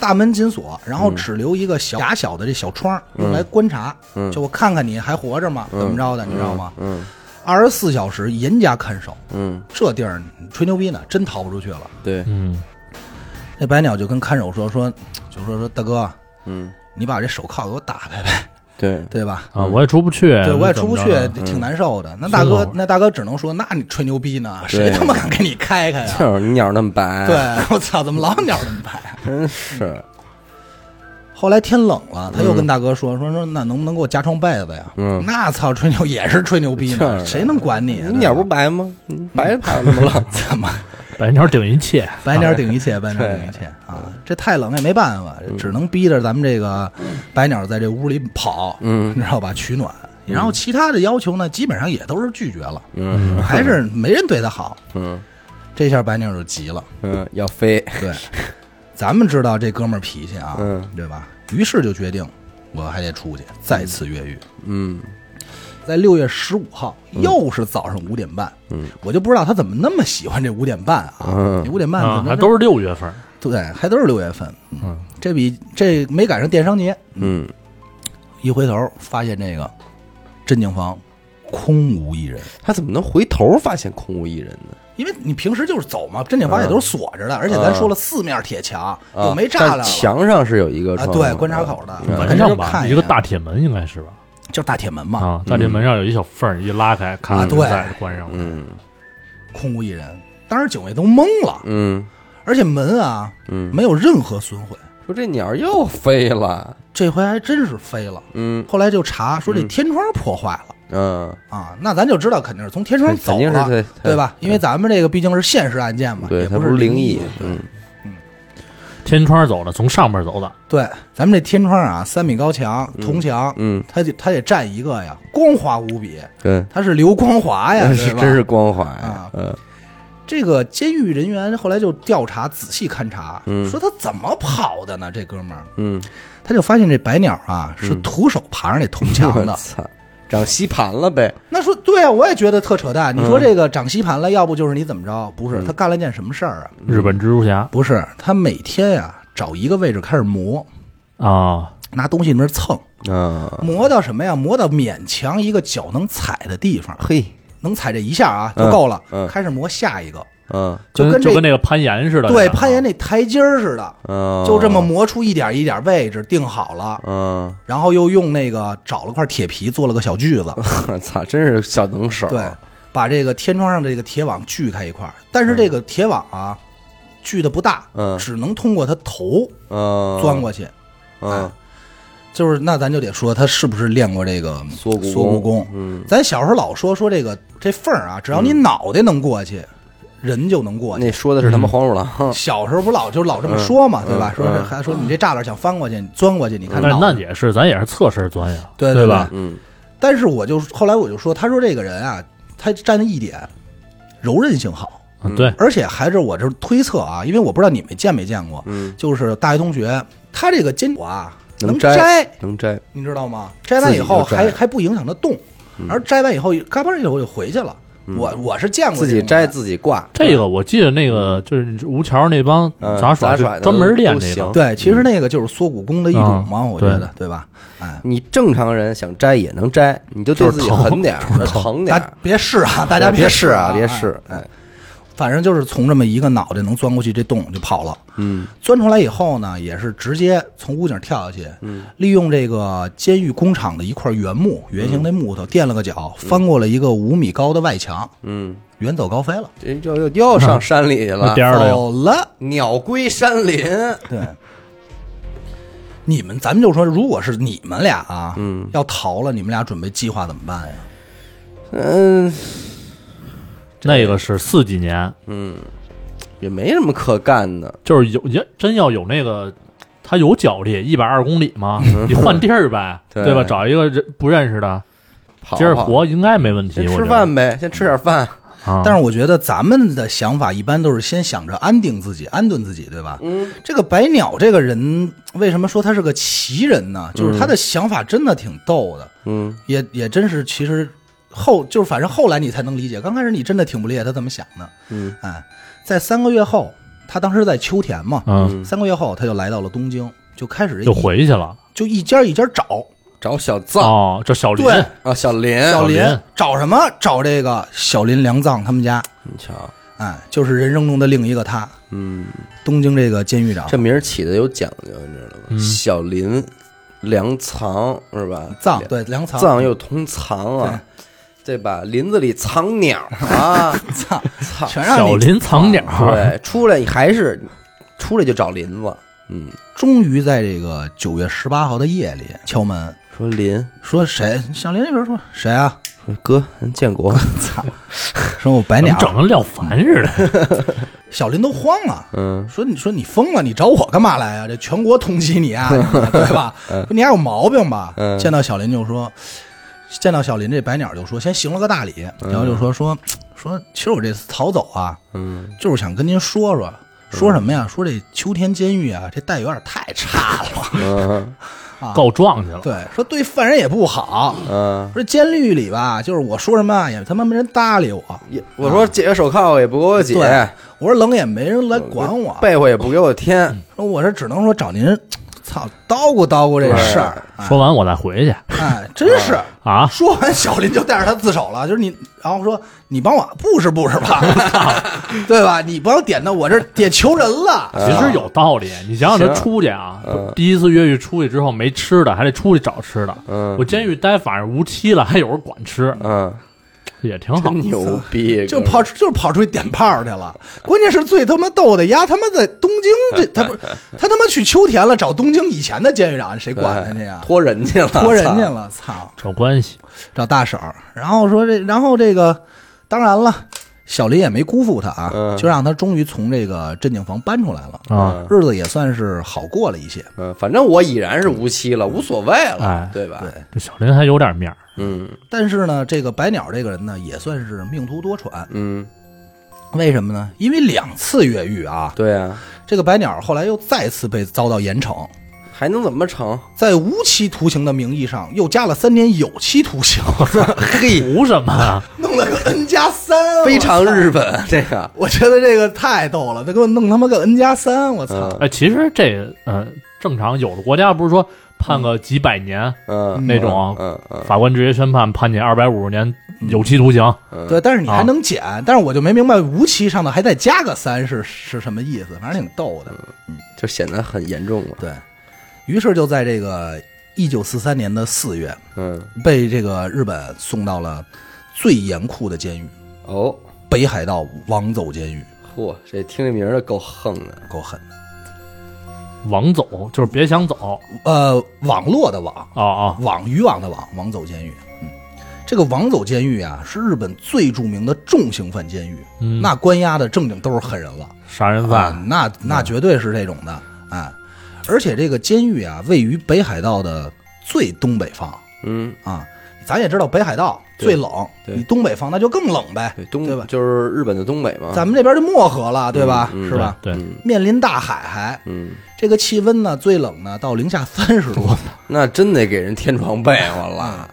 S2: 大门紧锁，然
S1: 嗯
S2: 后只留一个小狭小的这小窗，用来观察，就我看看你还活着吗？怎么着的，你知道吗？
S1: 嗯
S2: 二十四小时严加看守，
S1: 嗯，
S2: 这地儿你吹牛逼呢，真逃不出去了。
S1: 对，
S3: 嗯，
S2: 那白鸟就跟看守说说，就说说大哥，
S1: 嗯
S2: 你把这手铐给我打开呗，
S1: 对，
S2: 对吧？
S3: 啊，我也出不去，
S2: 嗯对，我也出不
S3: 怎
S2: 去
S3: 么着的，
S1: 嗯
S2: 挺难受的。那大哥
S3: 是，
S2: 那大哥只能说，那你吹牛逼呢？谁
S1: 对
S2: 他妈敢给你开开 呀？
S1: 就是你鸟那么白，
S2: 对，，我操，怎么老鸟这么白啊？
S1: 真是，
S2: 后来天冷了，他又跟大哥说说说，那能不能给我加床被子呀？
S1: 嗯
S2: 那操，吹牛也是吹牛 逼
S1: 是
S2: 呢，谁能管你啊？
S1: 你鸟不白吗？你白怕什么了？
S2: 怎么？
S3: 白鸟顶一 切，
S2: 白鸟顶 一切，白鸟顶一切啊！这太冷也没办法，
S1: 嗯
S2: 只能逼着咱们这个白鸟在这屋里跑，嗯，你知道吧？取暖。然后其他的要求呢，基本上也都是拒绝了，
S1: 嗯
S2: 还是没人对他好。
S1: 嗯
S2: 这下白鸟就急了，
S1: 嗯，要飞，
S2: 对，咱们知道这哥们儿脾气啊，
S1: 嗯
S2: 对吧？于是就决定，我还得出去再次越狱。
S1: 嗯
S2: 在六月十五号，又是早上五点半，嗯，我就不知道他怎么那么喜欢这五点半啊
S1: 嗯，
S2: 这五点半
S3: 啊，
S2: 怎么
S3: 还
S2: 这
S3: 都是六月份，
S2: 对，还都是六月份。嗯，这比这没赶上电商节，
S1: 嗯，
S2: 一回头发现这个镇静房空无一人，
S1: 他怎么能回头发现空无一人呢？
S2: 因为你平时就是走嘛，镇静房也都是锁着的，而且咱说了四面铁墙，
S1: 嗯啊
S2: 又没栅栏
S1: 但
S2: 了。
S1: 墙上是有一个
S2: 啊，
S1: 窗户
S2: 对，观察口的，
S1: 嗯
S2: 反正
S3: 门
S2: 就
S3: 上吧，
S2: 看
S3: 一个
S2: 眼
S3: 大铁门应该是吧？
S2: 就是大铁门嘛，
S3: 啊，大铁门上有一小缝儿，一拉开，咔，
S2: 啊对
S3: 再关上了，
S1: 嗯
S2: 空无一人。当时警卫都懵了，
S1: 嗯，
S2: 而且门啊，
S1: 嗯
S2: 没有任何损毁，
S1: 说这鸟又飞了，
S2: 这回还真是飞了。
S1: 嗯
S2: 后来就查说这天窗破坏了。
S1: 嗯，
S2: 啊，那咱就知道肯定是从天窗走
S1: 肯定是
S2: 了，
S1: 他他
S2: 对吧？因为咱们这个毕竟是现实案件嘛，
S1: 对，
S2: 也
S1: 它
S2: 是
S1: 是
S2: 灵
S1: 灵异，嗯
S3: 天窗走了，从上边走的，
S2: 对，咱们这天窗啊，三米高墙，铜墙，
S1: 嗯，
S2: 它得它得占一个呀，光滑无比，
S1: 对，
S2: 它是流光滑 呀，对
S1: 是
S2: 吧？
S1: 真是光滑呀
S2: 啊，
S1: 嗯
S2: 这个监狱人员后来就调查，仔细勘察，说他怎么跑的呢？这哥们儿，
S1: 嗯，
S2: 他就发现这白鸟啊是徒手爬上那铜墙
S1: 我
S2: 的。
S1: 操，长吸盘了呗，
S2: 那说对啊，我也觉得特扯
S1: 嗯
S2: 淡。你说这个长吸盘了，要不就是你怎么着？不是，他干了件什么事儿啊？
S3: 日本蜘蛛侠
S2: 不是，他每天呀、找一个位置开始磨，
S3: 啊，
S2: 拿东西那儿蹭，
S1: 啊，
S2: 磨到什么呀？磨到勉强一个脚能踩的地方，
S1: 嘿，
S2: 能踩这一下啊就够了。开始磨下一个，
S1: 嗯
S2: 就
S3: 跟
S2: 跟这
S3: 跟那个攀岩似的，
S2: 对
S3: 那
S1: 啊
S3: 个
S2: 攀岩那台阶儿似的，
S1: 嗯，
S2: 就这么磨出一点一点位置定好了，
S1: 嗯，
S2: 然后又用那个找了块铁皮做了个小锯子，
S1: 我操，真是小能手，
S2: 对，把这个天窗上这个铁网锯开一块儿，但是这个铁网啊锯的不大，
S1: 嗯
S2: 只能通过他头哎
S1: 嗯，
S2: 钻过去。
S1: 嗯，
S2: 就是那咱就得说他是不是练过这个
S1: 缩骨功
S2: 骨功？嗯，咱小时候老说说这个这缝儿啊，只要你脑袋能过
S1: 嗯
S2: 去，人就能过去。
S1: 那说的是他
S2: 嗯
S1: 妈黄鼠 狼，
S2: 小时候不老就老这
S1: 嗯
S2: 么说嘛，对吧？说是还说你这栅栏想翻过去，你钻过去，你看
S3: 但是
S2: 脑
S3: 那
S2: 袋。
S3: 也是，咱也是侧身钻呀，
S2: 对
S3: 对
S2: 对
S3: 吧？
S1: 嗯，
S2: 但是我就后来我就说，他说这个人啊，他占了一点柔韧性好，
S3: 嗯对，
S2: 而且还是我这推测啊，因为我不知道你们见没见过，
S1: 嗯
S2: 就是大学同学他这个坚果啊
S1: 能
S2: 摘，
S1: 能摘，
S2: 你知道吗？摘完以后
S1: 自己就摘嗯
S2: 还还不影响它动，而摘完以后嘎巴一会儿就回去了。我我是见过
S1: 自己
S2: 这种
S1: 摘
S2: 人
S1: 自己挂。
S3: 这个我记得那个就是吴桥那帮
S1: 嗯
S3: 杂耍
S1: 杂
S3: 就
S1: 耍的
S3: 专门练
S1: 都
S3: 这个
S1: 行，
S2: 对，其实那个就是缩骨功的一种嘛，
S3: 嗯
S2: 我觉得对吧？哎，
S1: 你正常人想摘也能摘，你就对自己狠点儿，疼点
S2: 大
S1: 儿。
S2: 别试啊，大家
S1: 别
S2: 试
S1: 啊，别
S2: 哎
S1: 试，哎，
S2: 反正就是从这么一个脑袋能钻过去这洞就跑了，
S1: 嗯，
S2: 钻出来以后呢，也是直接从屋顶跳下去，利用这个监狱工厂的一块原木圆形的木头垫了个脚，翻过了一个五米高的外墙，
S1: 嗯，
S2: 远走高飞了，
S1: 这又又又上山里去了
S3: 那，颠儿了又。
S2: 走了。
S1: 鸟归山林。
S2: 对，你们咱们就说，如果是你们俩啊，嗯，要逃了，你们俩准备计划怎么办呀？
S1: 嗯，
S3: 那个是四几年，
S1: 也没什么可干的，
S3: 就是有也真要有那个，他有脚力，一百二十公里嘛，你换地儿呗，
S1: 对
S3: 对吧？找一个人不认识的，
S1: 跑
S3: 接着
S1: 跑
S3: 活应该没问题。
S1: 先
S3: 我
S1: 吃
S3: 觉得
S1: 饭呗，先吃点饭。
S3: 啊，
S2: 但是我觉得咱们的想法一般都是先想着安定自己、安顿自己，对吧？嗯，这个白鸟这个人，为什么说他是个奇人呢？就是他的想法真的挺逗的，
S1: 嗯，
S2: 也也真是，其实后就是反正后来你才能理解，刚开始你真的挺不理解他怎么想的。
S1: 嗯，
S2: 哎，在三个月后，他当时在秋田嘛，
S3: 嗯，
S2: 三个月后他就来到了东京，就开始这
S3: 就
S2: 一
S3: 回去了。
S2: 就一家一家找，
S1: 找小藏
S3: 哦，这小林，
S2: 对
S1: 啊，小林，
S2: 小林
S3: 林
S2: 找什么？找这个小林良藏他们家，
S1: 你瞧，
S2: 哎，就是人生中的另一个他，
S1: 嗯，
S2: 东京这个监狱长
S1: 这名儿起的有讲究，你知道
S3: 嗯
S1: 吗？小林，粮藏是吧？
S2: 藏，对良藏
S1: 藏又通藏啊，对吧？林子里藏鸟 啊，
S2: 藏，
S1: 藏
S2: 全让
S3: 小
S2: 你
S3: 林藏鸟，
S1: 对，出来你还是出来就找林子，嗯，
S2: 终于在这个九月十八号的夜里敲门，
S1: 说林，
S2: 说谁？小林那边说谁啊？
S1: 说哥，咱建国，
S2: 说我白
S3: 怎
S2: 鸟
S3: 么，整跟廖凡似的？
S2: 小林都慌了。
S1: 嗯，
S2: 说你说你疯了，你找我干嘛来呀、这全国通缉你啊，对吧？说你还有毛病吧？
S1: 嗯
S2: 见到小林就说，见到小林这白鸟就说，先行了个大礼，然后就说说说，其实我这次逃走啊，
S1: 嗯，
S2: 就是想跟您说说，说什么呀？说这秋天监狱啊，这待遇有点太差了。
S1: 嗯，
S3: 告状去了。
S2: 对，说对犯人也不好。
S1: 嗯。
S2: 说监狱里吧，就是我说什么啊也他妈没人搭理我，
S1: 也我说解个手铐也不给我解，
S2: 对我说冷也没人来管我，
S1: 被窝也不给我添，
S2: 说我这只能说找您，操叨咕叨咕这事儿。哎
S3: 说完我再回去
S2: 哎，真是。
S3: 啊！
S2: 说完，小林就带着他自首了，就是你，然后说你帮我布置布置吧，对吧？你不要点到我这儿点求人了。
S3: 其实有道理，你想想他
S1: 行
S3: 出去啊，第一次越狱出去之后没吃的，还得出去找吃的。
S1: 嗯
S3: 我监狱待反正无期了，还有人管吃，
S1: 嗯，
S3: 也 挺好
S1: 真。牛逼，
S2: 就
S1: 哥们儿
S2: 跑就是跑出去点炮去了，关键是最他妈逗的丫他妈在东京这他不他他妈去秋田了，找东京以前的监狱长，谁管他去呀
S1: 哎？托人家了，
S2: 托人 家
S1: 操，
S2: 了，操！
S3: 找关系，
S2: 找大婶儿，然后说这，然后这个，当然了，小林也没辜负他啊，
S1: 嗯
S2: 就让他终于从这个镇静房搬出来了
S3: 啊，
S2: 日子也算是好过了一些。
S1: 嗯，反正我已然是无期了，无所谓了
S3: 哎，
S1: 对吧？
S2: 对
S3: 这小林还有点面儿。
S1: 嗯
S2: 但是呢，这个白鸟这个人呢，也算是命途多舛。
S1: 嗯，
S2: 为什么呢？因为两次越狱啊，
S1: 对啊，
S2: 这个白鸟后来又再次被遭到严惩，
S1: 还能怎么成？
S2: 在无期徒刑的名义上又加了三年有期徒刑，
S1: 嘿，
S3: 图什么啊？
S2: 弄了个 N 加三，
S1: 非常
S2: 我操
S1: 日。本这个，
S2: 我觉得这个太逗了，他给我弄他妈个 N 加三，我操！
S1: 嗯
S3: 哎，其实这呃，正常有的国家不是说判个几百年，
S1: 嗯，
S3: 那种
S1: 嗯嗯
S3: 法官直接宣判判你二百五十年有期徒刑，
S1: 嗯，
S2: 对，但是你
S3: 啊
S2: 还能减，但是我就没明白无期上头还再加个三是是什么意思，反正挺逗的。
S1: 嗯就显得很严重了。
S2: 对于是就在这个一九四三年的四月，
S1: 嗯，
S2: 被这个日本送到了最严酷的监狱
S1: 哦，
S2: ——北海道王走监狱，
S1: 嚯，这听这名儿就够横的。
S2: 够狠的。
S3: 网走，就是别想走。
S2: 呃，网络的网，
S3: 哦哦，
S2: 网渔网的网，网走监狱。嗯，这个网走监狱啊，是日本最著名的重刑犯监狱，
S3: 嗯
S2: 那关押的正经都是狠人了，
S3: 杀人
S2: 啊
S3: 犯，，
S2: 那那
S1: 嗯
S2: 绝对是这种的啊。而且这个监狱啊，位于北海道的最东北方
S1: 嗯，
S2: 啊。咱也知道北海道
S1: 对
S2: 最冷，
S1: 对
S2: 你东北方那就更冷呗，
S1: 对，东
S2: 对吧
S1: 就是日本的东北嘛，
S2: 咱们这边就漠河了，对吧？
S1: 嗯嗯
S2: 是吧？
S3: 对，
S1: 嗯
S2: 面临大海还，
S1: 嗯，
S2: 这个气温呢，最冷呢到零下三十度。
S1: 那真得给人添床被窝
S2: 嗯
S1: 了，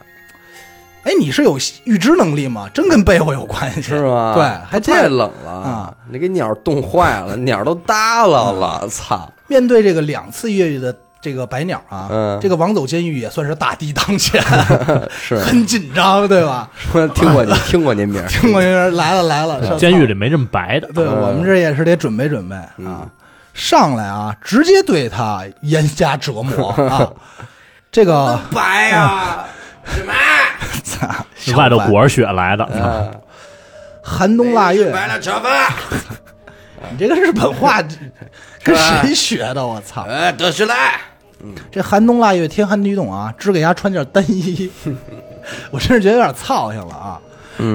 S2: 哎，你是有预知能力吗？真跟被窝有关系
S1: 是吗？
S2: 对，还这
S1: 太
S2: 样
S1: 冷了
S2: 啊！
S1: 你给鸟冻坏了，鸟都耷拉了，操！
S2: 面对这个两次越狱的这个白鸟啊，
S1: 嗯
S2: 这个王走监狱也算是大敌当前，
S1: 是
S2: 很紧张，对 吧？
S1: 说听过你听过您名儿，
S2: 听过人来了来了，上
S3: 监狱里没这么白的。
S2: 对
S1: 嗯
S2: 我们这也是得准备准备啊，上来啊，直接对他严加折磨 啊，这个嗯
S1: 白呀，什么？
S2: 操
S3: 这外头裹着雪来的，
S1: 嗯，
S2: 寒冬腊月，
S1: 哎了吃饭，
S2: 你这个日本话跟谁学的？我操！
S1: 呃，得是来，
S2: 这寒冬腊月，天寒地冻啊，只给丫穿件单 衣，我真是觉得有点操性了啊。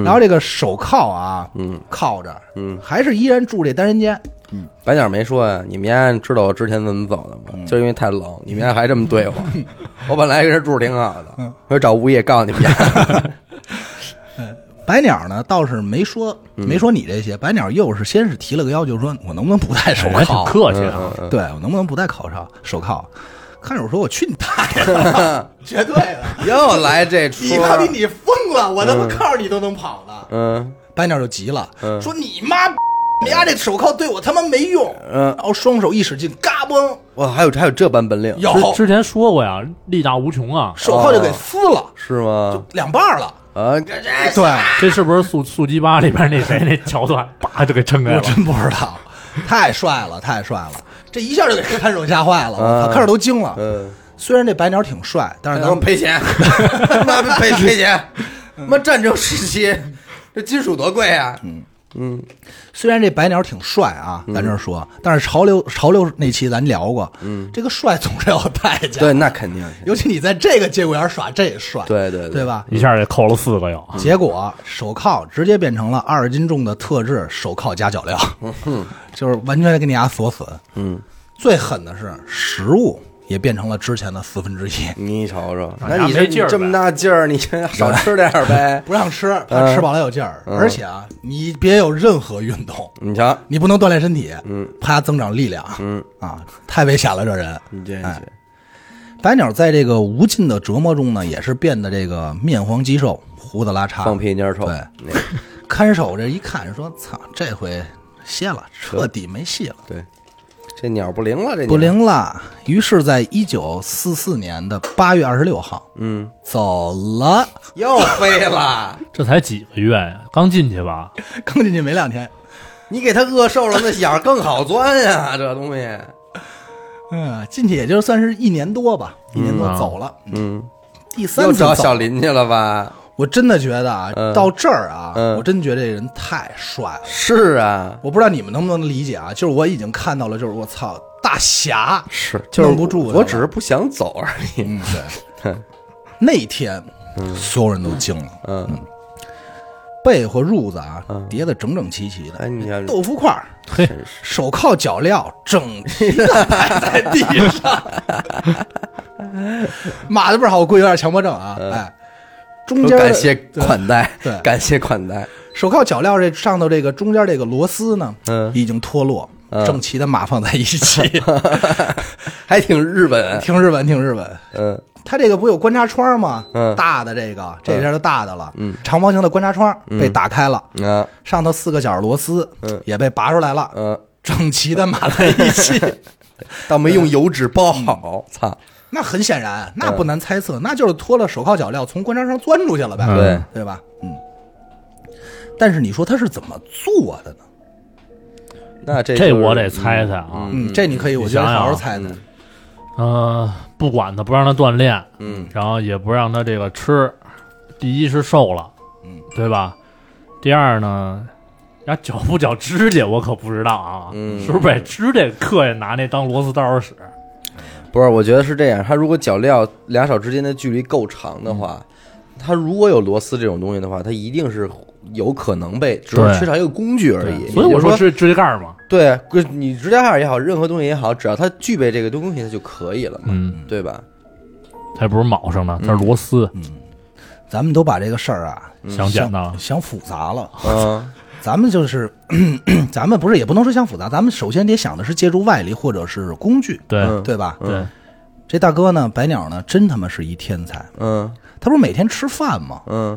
S2: 然后这个手铐啊，嗯，铐着，嗯，还是依然住这单人间，
S1: 白鸟没说呀，你们家知道我之前怎么走的
S2: 嗯
S1: 吗？就是因为太冷，你们家还这么对我。我本来跟人住挺好
S2: 嗯
S1: 的，我就找物业告你们家。
S2: 白鸟呢倒是没说没说你这些，白鸟又是先是提了个要求，说我能不能不戴手
S3: 我还挺
S1: 嗯
S2: 铐？
S3: 客气啊。
S2: 对我能不能不戴口罩手铐？看着我说我去你大爷 的，绝对的，
S1: 又来这出，
S2: 你疯了，我他妈靠着你都能跑了。
S1: 嗯
S2: 白鸟就急了，说你妈，你丫这手铐对我他妈没用。
S1: 嗯
S2: 然后双手一使劲，嘎嘣，
S1: 哇，还有还有这般本领，
S2: 有
S3: 之之前说过呀，力大无穷啊。
S2: 手铐就给撕了，
S1: 是吗？
S2: 两半儿了。哎
S1: 啊，
S2: 对，
S3: 这是不是速速激八里边那谁那桥段，叭就给撑开
S2: 我
S3: 了？
S2: 真不知道，太帅了，太帅了。这一下就给看守吓坏了，我操，
S1: 嗯
S2: 看守都惊了。
S1: 嗯，
S2: 虽然这白鸟挺帅，但 是
S1: 让他们
S2: 咱们嗯
S1: 赔钱，妈 赔赔钱，妈战争时期这金属多贵啊！
S2: 虽然这白鸟挺帅啊，咱这儿说，
S1: 嗯
S2: 但是潮流潮流那期咱聊过，嗯，这个帅总是要有代价，
S1: 对，，那肯定 是，
S2: 尤其你在这个节骨眼儿耍这帅，
S1: 对对
S2: 对，吧？
S3: 一下给扣了四个又。
S1: 嗯
S2: 结果手铐直接变成了二十斤重的特制手铐加脚镣，就是完全给你俩锁死。
S1: 嗯，
S2: 最狠的是食物也变成了之前的四分之一，
S1: 你瞅瞅，
S3: 那
S1: 那你
S3: 没劲
S1: 这
S3: 儿呗
S1: 这么大劲儿，你这少吃点儿 呗。
S2: 不让吃，
S1: 嗯
S2: 怕吃饱了有劲儿。而且啊，你别有任何运动，
S1: 你瞧，
S2: 你不能锻炼身体，嗯，怕增长力量，嗯啊，太危险了，这人。
S1: 你这
S2: 哎白鸟在这个无尽的折磨中呢，也是变得这个面黄肌瘦、胡子拉碴。
S1: 放屁蔫儿臭，
S2: 对
S1: 那
S2: 看守这一看，说：“操，这回歇了，彻底没戏了，
S1: 对，这鸟不灵了，这鸟
S2: 不。灵了。”于是，在一九四四年的八月二十六号，
S1: 嗯，
S2: 走了。
S1: 又飞了，
S3: 这才几个月呀，刚进去吧？
S2: 刚进去没两天，
S1: 你给它饿瘦了，那眼儿更好钻呀、这东西。
S2: 嗯，进去也就算是一年多吧，一年多
S3: 嗯啊
S2: 走了。
S1: 嗯，
S2: 第三
S1: 又
S2: 次
S1: 找
S2: 走
S1: 小林去了吧？
S2: 我真的觉得啊，
S1: 嗯
S2: 到这儿啊，
S1: 嗯
S2: 我真觉得这人太帅了。
S1: 是啊，
S2: 我不知道你们能不能理解啊，就是我已经看到了，就是我操，大侠
S1: 是，
S2: 就是弄不住
S1: 我只是不想走而已。
S2: 嗯，对。那天，所有人都惊了，
S1: 嗯，
S2: 被和褥子啊叠得整整齐齐
S1: 哎，
S2: 的，
S1: 你瞧，
S2: 豆腐块儿、
S3: 嘿，
S2: 手铐、脚镣整齐 的摆在地上。码的倍儿好，我估计有点强迫症啊，哎，中
S1: 说
S2: 间
S1: 嗯感
S2: 的
S1: 谢款待，
S2: 对对
S1: 感谢款待。
S2: 手铐、脚镣这上头这个中间这个螺丝呢，
S1: 嗯
S2: 已经脱落，
S1: 嗯
S2: 整齐的码放在 一起，
S1: 还挺日本。
S2: 挺日本，挺日本。
S1: 嗯
S2: 它这个不有观察窗吗？
S1: 嗯
S2: 大的这个这边就大的了，嗯，长方形的观察窗被打开了，
S1: 啊
S2: 上头四个角螺丝
S1: 嗯
S2: 也被拔出来了，
S1: 嗯，
S2: 整齐的码在一起。
S1: 倒没用油纸包好，操！
S2: 那很
S1: 嗯
S2: 显然，那不难猜测，那就是脱了手铐脚镣从观察窗钻出去了呗，
S3: 嗯
S1: 对
S2: 对吧？嗯。但是你说他是怎么做的呢？
S1: 那这
S3: 这
S1: 就是
S3: 我得猜猜啊。
S2: 嗯，这你可以，我
S3: 你
S2: 觉得
S3: 想啊
S2: 好好
S3: 想
S2: 猜猜。
S1: 嗯
S3: 嗯，不管他，不让他锻炼，嗯，然后也不让他这个吃。第一是瘦了，嗯，对吧？第二呢，人家绞不绞指甲我可不知道啊，
S1: 嗯
S3: 是不是把指甲刻下拿那当螺丝刀使？
S1: 不是，我觉得是这样，它如果脚镣俩手之间的距离够长的话，它如果有螺丝这种东西的话，它一定是有可能被，只
S3: 对
S1: 是缺少一个工具而已。
S3: 所以我
S1: 说
S3: 说指指甲盖儿嘛，
S1: 对，跟你指甲盖儿也好，任何东西也好，只要它具备这个东西，它就可以了嘛，
S3: 嗯，
S1: 对吧？
S3: 它不是铆上的，它
S1: 嗯
S3: 是螺丝，
S2: 咱们都把这个事儿啊
S3: 想简单了，
S2: 想复杂了。
S1: 嗯，
S2: 咱们就是， 咱们不是也不能说想复杂，咱们首先得想的是借助外力或者是工具，
S3: 对
S1: 嗯
S2: 对吧？
S3: 对，
S2: 这大哥呢，白鸟呢，真他妈是一天才。
S1: 嗯
S2: 他不是每天吃饭吗？
S1: 嗯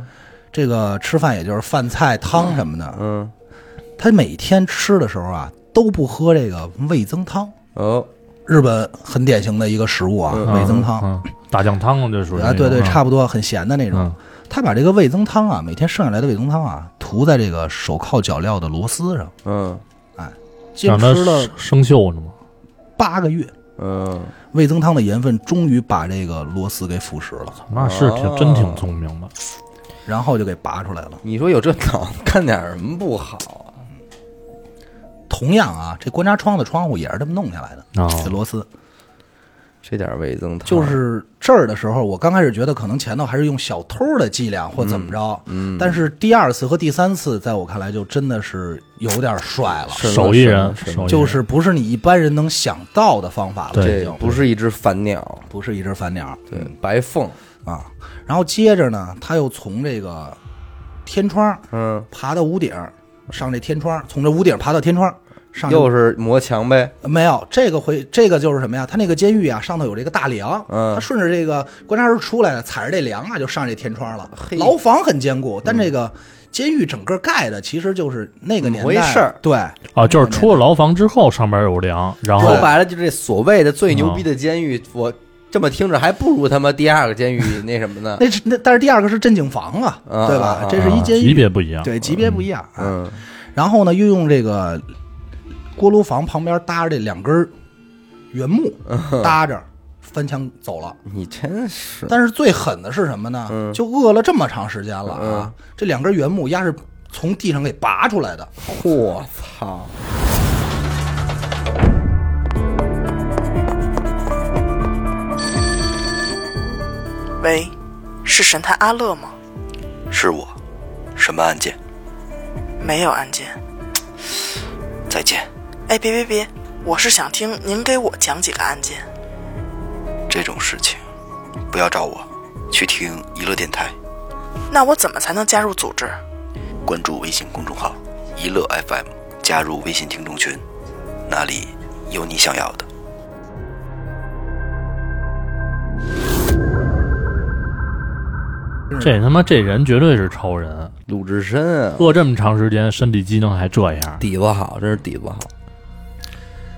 S2: 这个吃饭也就是饭菜汤什么的。
S1: 嗯，
S2: 他每天吃的时候啊，都不喝这个味增汤，
S1: 哦，
S2: 日本很典型的一个食物啊，味增汤。
S3: 嗯，嗯大酱汤了，这属于
S2: 啊，
S3: 那
S2: 对
S3: 种
S2: 对，
S3: 嗯
S2: 差不多，很咸的那种
S3: 嗯。
S2: 他把这个味增汤啊，每天剩下来的味增汤啊，涂在这个手铐脚镣的螺丝上，
S1: 嗯
S2: 坚
S3: 让它
S2: 持了
S3: 生锈呢嘛，
S2: 八个月，
S1: 嗯，
S2: 味增汤的盐分终于把这个螺丝给腐蚀了，
S3: 那是挺真
S1: 哦
S3: 挺聪明的，
S2: 然后就给拔出来了。
S1: 你说有这脑子干点什么不好啊？
S2: 同样啊，这观察窗的窗户也是这么弄下来的，
S3: 哦
S2: 这螺丝。
S1: 这点味增汤
S2: 就是这儿的时候，我刚开始觉得可能前头还是用小偷的伎俩或怎么着，嗯，但是第二次和第三次，在我看来就真的是有点帅了，
S1: 是
S3: 手艺人，
S1: 是
S3: 手艺人
S2: 就是不是你一般人能想到的方法了，
S3: 对
S2: 已
S1: 这
S2: 经
S1: 不是一只反鸟，
S2: 不是一只反鸟，
S1: 对，白凤，
S2: 啊。然后接着呢，他又从这个天窗
S1: 嗯，
S2: 爬到屋顶，上这天窗，从这屋顶爬到天窗，上这
S1: 又是磨墙呗，
S2: 没有，这个回这个就是什么呀？他那个监狱啊，上头有这个大梁，
S1: 嗯
S2: 他顺着这个观察室出来，踩着这梁啊，就上这天窗了
S1: 嘿。嗯
S2: 牢房很坚固，但这个监狱整个盖的其实就是那个年代
S1: 回嗯事儿
S2: 对，
S3: 啊，
S2: 嗯
S3: 就是出了牢房之后，上边有梁，然后
S1: 说白了就是这所谓的最牛逼的监狱，我这么听着还不如他妈第二个监狱那什么呢？
S2: 那是那但是第二个是镇静房啊，
S1: 啊
S2: 对
S1: 啊
S2: 吧
S1: 啊？
S2: 这是一
S3: 啊
S2: 监
S3: 级
S2: 狱，
S3: 别不一样，
S2: 对级别不一样。啊。
S1: 嗯
S2: 然后呢，又用这个锅炉房旁边搭着这两根儿原木
S1: 嗯
S2: 搭着翻墙走了。
S1: 你真是，
S2: 但是最狠的是什么呢？
S1: 嗯
S2: 就饿了这么长时间了啊，这两根原木压是从地上给拔出来的，
S1: 我操！
S4: 喂，是神探阿乐吗？
S5: 是我，什么案件？
S4: 没有案件。
S5: 再见，
S4: 哎，别别别，我是想听您给我讲几个案件。
S5: 这种事情不要找我，去听娱乐电台，
S4: 那我怎么才能加入组织？
S5: 关注微信公众号“娱乐 FM”，加入微信听众群，那里有你想要的。
S3: 这他妈这人绝对是超人，
S1: 鲁智深啊，
S3: 饿这么长时间，身体机能还这样，
S1: 底子好，真是底子好。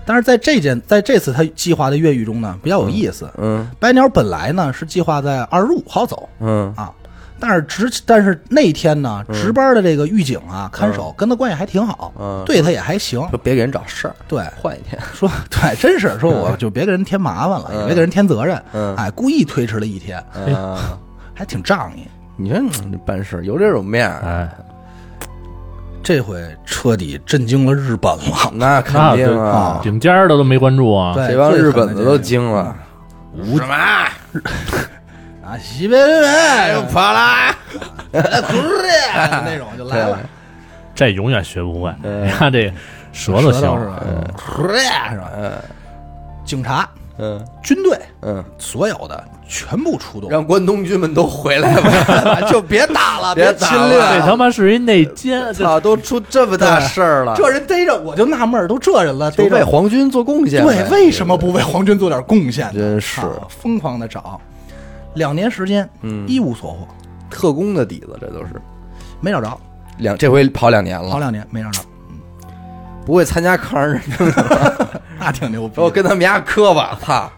S2: 但是在这件在这次他计划的越狱中呢，比较有意思。
S1: 嗯
S2: 白鸟本来呢是计划在二十五号走
S1: 嗯
S2: 啊，但是值但是那天呢，值班的这个狱警啊看守跟他关系还挺好，
S1: 嗯
S2: 对他也还 行。
S1: 说别给人找事儿，
S2: 对，
S1: 换一天。
S2: 说对，真是说我就别给人添麻烦了，也别给人添责任，
S1: 嗯
S2: 哎，故意推迟了一天，
S1: 啊，
S2: 还挺仗义。
S1: 你说你办事儿有这种面儿，
S3: 哎，
S2: 这回彻底震惊了日本了，
S1: 那肯
S3: 那
S1: 定
S3: 对
S1: 啊，
S3: 顶尖儿的都没关注啊，
S2: 对
S1: 这帮日本的都
S2: 最狠的这个
S1: 惊了。
S2: 无什么啊，西北人
S1: 哎
S2: 又
S1: 嗯
S2: 跑啦，不是哎那种就来了，
S3: 这永远学不会，你看这舌头
S2: 舌头是
S3: 行，嗯
S2: 吧？不是吧？警察、
S1: 嗯
S2: 军队，
S1: 嗯，
S2: 所有的全部出动，
S1: 让关东军们都回来吧，就别打了，别
S2: 打
S1: 侵
S2: 了
S1: 略
S3: 这他妈是一内
S2: 哎
S3: 奸，这啊
S1: 操，都出这么大事儿了，
S2: 这人逮着我就纳闷儿，都这人了，
S1: 就
S2: 逮
S1: 为
S2: 着
S1: 皇军做贡献呗。
S2: 对，为什么不为皇军做点贡献呢？
S1: 真是
S2: 啊疯狂的找，两年时间，
S1: 嗯
S2: 一无所获，
S1: 特工的底子，这都是
S2: 没找着，
S1: 两这回跑两年了，
S2: 跑两年没找着，
S1: 不会参加抗日战争，
S2: 那挺牛逼 的。
S1: 我哦跟他们家磕吧，操！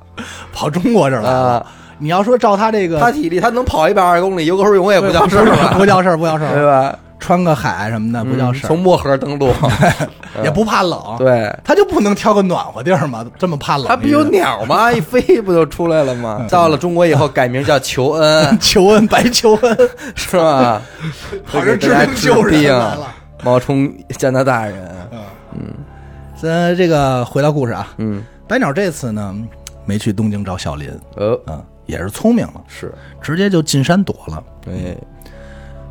S2: 跑中国这儿来了。
S1: 啊
S2: 你要说照他这个，
S1: 他体力他能跑一百二十公里，游个游泳也不叫事儿吧？
S2: 不叫事儿，不叫事
S1: 对
S2: 儿，
S1: 吧？嗯
S2: 穿个海什么的不叫事
S1: 从
S2: 儿，
S1: 漠河登陆，
S2: 也不怕冷。，
S1: 对，
S2: 他就不能挑个暖和地儿吗？这么怕冷，，
S1: 他不有鸟吗？一飞不就出来了吗？到了中国以后改名叫求恩
S2: 求恩白求 恩，
S1: 是 吧？
S2: 跑这治病救人来了。
S1: 冒充加拿大人，
S2: 咱这个回到故事啊，
S1: 嗯
S2: 白鸟这次呢，没去东京找小林，
S1: 呃，
S2: 嗯，也是聪明了，
S1: 是，
S2: 直接就进山躲了。
S1: 哎，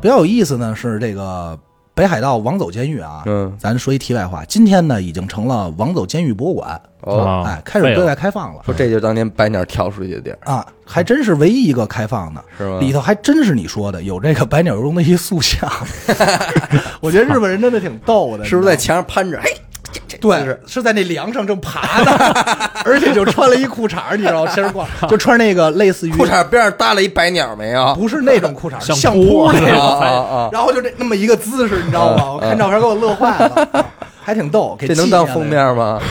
S2: 比较有意思呢是这个北海道王走监狱啊，
S1: 嗯，
S2: 咱说一题外话，今天呢已经成了王走监狱博物馆，
S1: 哦，
S3: 啊
S2: 哎，开始对外开放了
S1: 说这就是当年白鸟跳出去的地儿，
S2: 啊，还真是唯一一个开放的。
S1: 是吗？
S2: 里头还真是你说的，有这个白鸟游龙的一 塑像，我觉得日本人真的挺逗的，
S1: 是不是在
S2: 你知
S1: 墙上攀着？哎嘿，
S2: 道吗？对，是在那梁上正爬呢， 而且就穿了一裤衩儿，你知道吗？先是 逛，就穿那个类似于
S1: 裤衩边上搭了一白鸟没啊有？
S2: 不是那种裤衩儿，
S3: 相
S2: 相
S3: 扑
S2: 扑那
S1: 啊
S2: 种，
S1: 啊啊！
S2: 然后就这那么一个姿势，你知道吗？我看照片给我乐 坏了，还挺逗，
S1: 嗯
S2: 给
S1: 这能
S2: 记下
S1: 当
S2: 来
S1: 封
S2: 了？
S1: 面吗？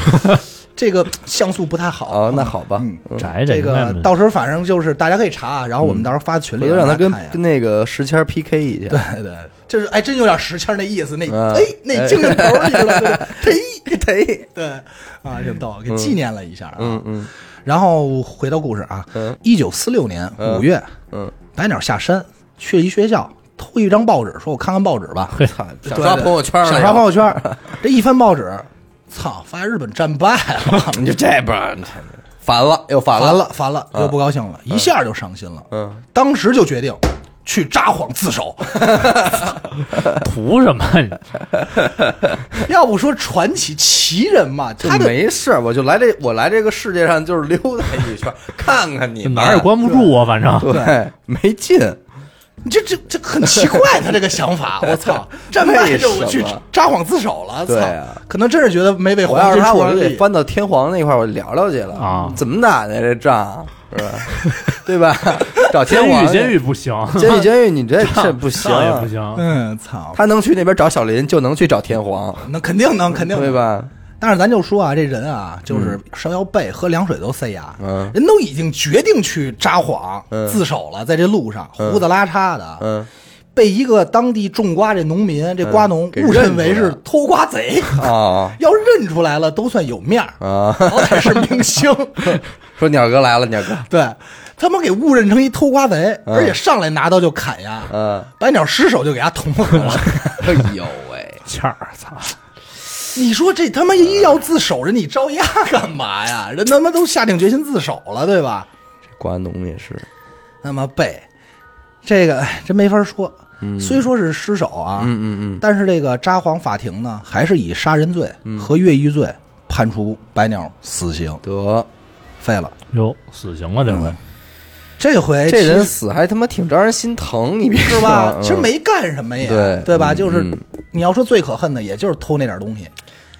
S2: 这个像素不太好
S1: 哦，那好吧，
S2: 嗯
S3: 宅
S2: 这个
S3: 个
S2: 到时候反正就是大家可以查啊，然后我们到时候发群里
S1: 我就让他跟
S2: 大家看一下
S1: 跟那个石谦 PK 一 下。
S2: 对对，就是哎，真有点石谦那意思，那
S1: 嗯
S2: 哎那精神头儿，你知道 吗？忒
S1: 对，
S2: 对啊，挺逗，给纪念了一下啊。
S1: 嗯嗯
S2: 然后回到故事啊
S1: 嗯，
S2: 一九四六年五月，
S1: 嗯，
S2: 白鸟下山去了一学校，偷一张报纸，说我看看报纸吧，
S1: 想刷朋友圈儿了
S2: 想刷朋友 圈儿。这一翻报纸，操，发现日本战败了，
S1: 你就这吧，烦了又烦
S2: 烦
S1: 了，啊
S2: 了烦了，又不高兴了，一下就上心了，
S1: 嗯，
S2: 当时就决定去札幌自 首。
S3: 图什么？你
S2: 要不说传奇奇人嘛，
S1: 就
S2: 他的
S1: 没事儿，我就来这我来这个世界上就是溜达一圈儿，看看你们
S3: 哪儿也关不住啊，反正
S1: 对，没劲，
S2: 你这这这很奇怪，他这个想 法，我操，这
S1: 为
S2: 败
S1: 什
S2: 着
S1: 么
S2: 我去札幌自首了，
S1: 对啊
S2: 操，可能真是觉得没为
S1: 我
S2: 皇
S1: 要是
S2: 军
S1: 他，
S2: 出
S1: 我
S2: 人
S1: 就得
S2: 力，
S1: 翻到天皇那块儿，我聊聊去了
S3: 啊
S1: 怎么打的这仗，是吧？对吧？找天
S3: 监
S1: 皇
S3: 狱
S1: 去
S3: 监狱不行，
S1: 监狱监狱，你这这不行
S3: 上
S1: 啊，
S3: 也不行。
S2: 嗯，操，
S1: 他能去那边找小林，就能去找天皇，
S2: 那肯定能，肯定能
S1: 对？吧？
S2: 但是咱就说啊，这人啊，就是烧腰背，喝凉水都塞牙，
S1: 嗯
S2: 人都已经决定去札幌
S1: 嗯
S2: 自首了，在这路上胡子拉碴的，
S1: 嗯，
S2: 被一个当地种瓜这农民这瓜农
S1: 给
S2: 误
S1: 认
S2: 认
S1: 出
S2: 为
S1: 来
S2: 是偷瓜 贼，
S1: 啊
S2: 要认出来了都算有面儿，
S1: 啊！
S2: 好歹是 明星。
S1: 说鸟哥来了， 鸟哥，
S2: 对他妈给误认成一偷瓜贼，
S1: 嗯
S2: 而且上来拿刀就砍呀，
S1: 嗯，
S2: 白鸟失手就给他捅死了。
S1: 哎呦喂，
S3: 欠儿，操！
S2: 你说这他妈一要自首，人你 招压干嘛呀？人他妈都下定决心自首了，对吧？
S1: 瓜农也是，
S2: 那么背，这个哎真没法说。虽说是失手啊，
S1: 嗯嗯嗯嗯
S2: 但是这个札幌法庭呢，还是以杀人罪和越狱罪判处白鸟死刑，
S1: 得
S2: 废了。
S3: 哟，死刑了这
S2: 嗯
S3: 回。
S2: 这回
S1: 这
S2: 哎其
S1: 人
S2: 实
S1: 死还他妈挺招人心疼，你别
S2: 是吧？
S1: 说嗯
S2: 其实，没干什么也，
S1: 对
S2: 吧？
S1: 嗯
S2: 就是
S1: 嗯
S2: 你要说最可恨的，也就是偷那点东西。
S1: 嗯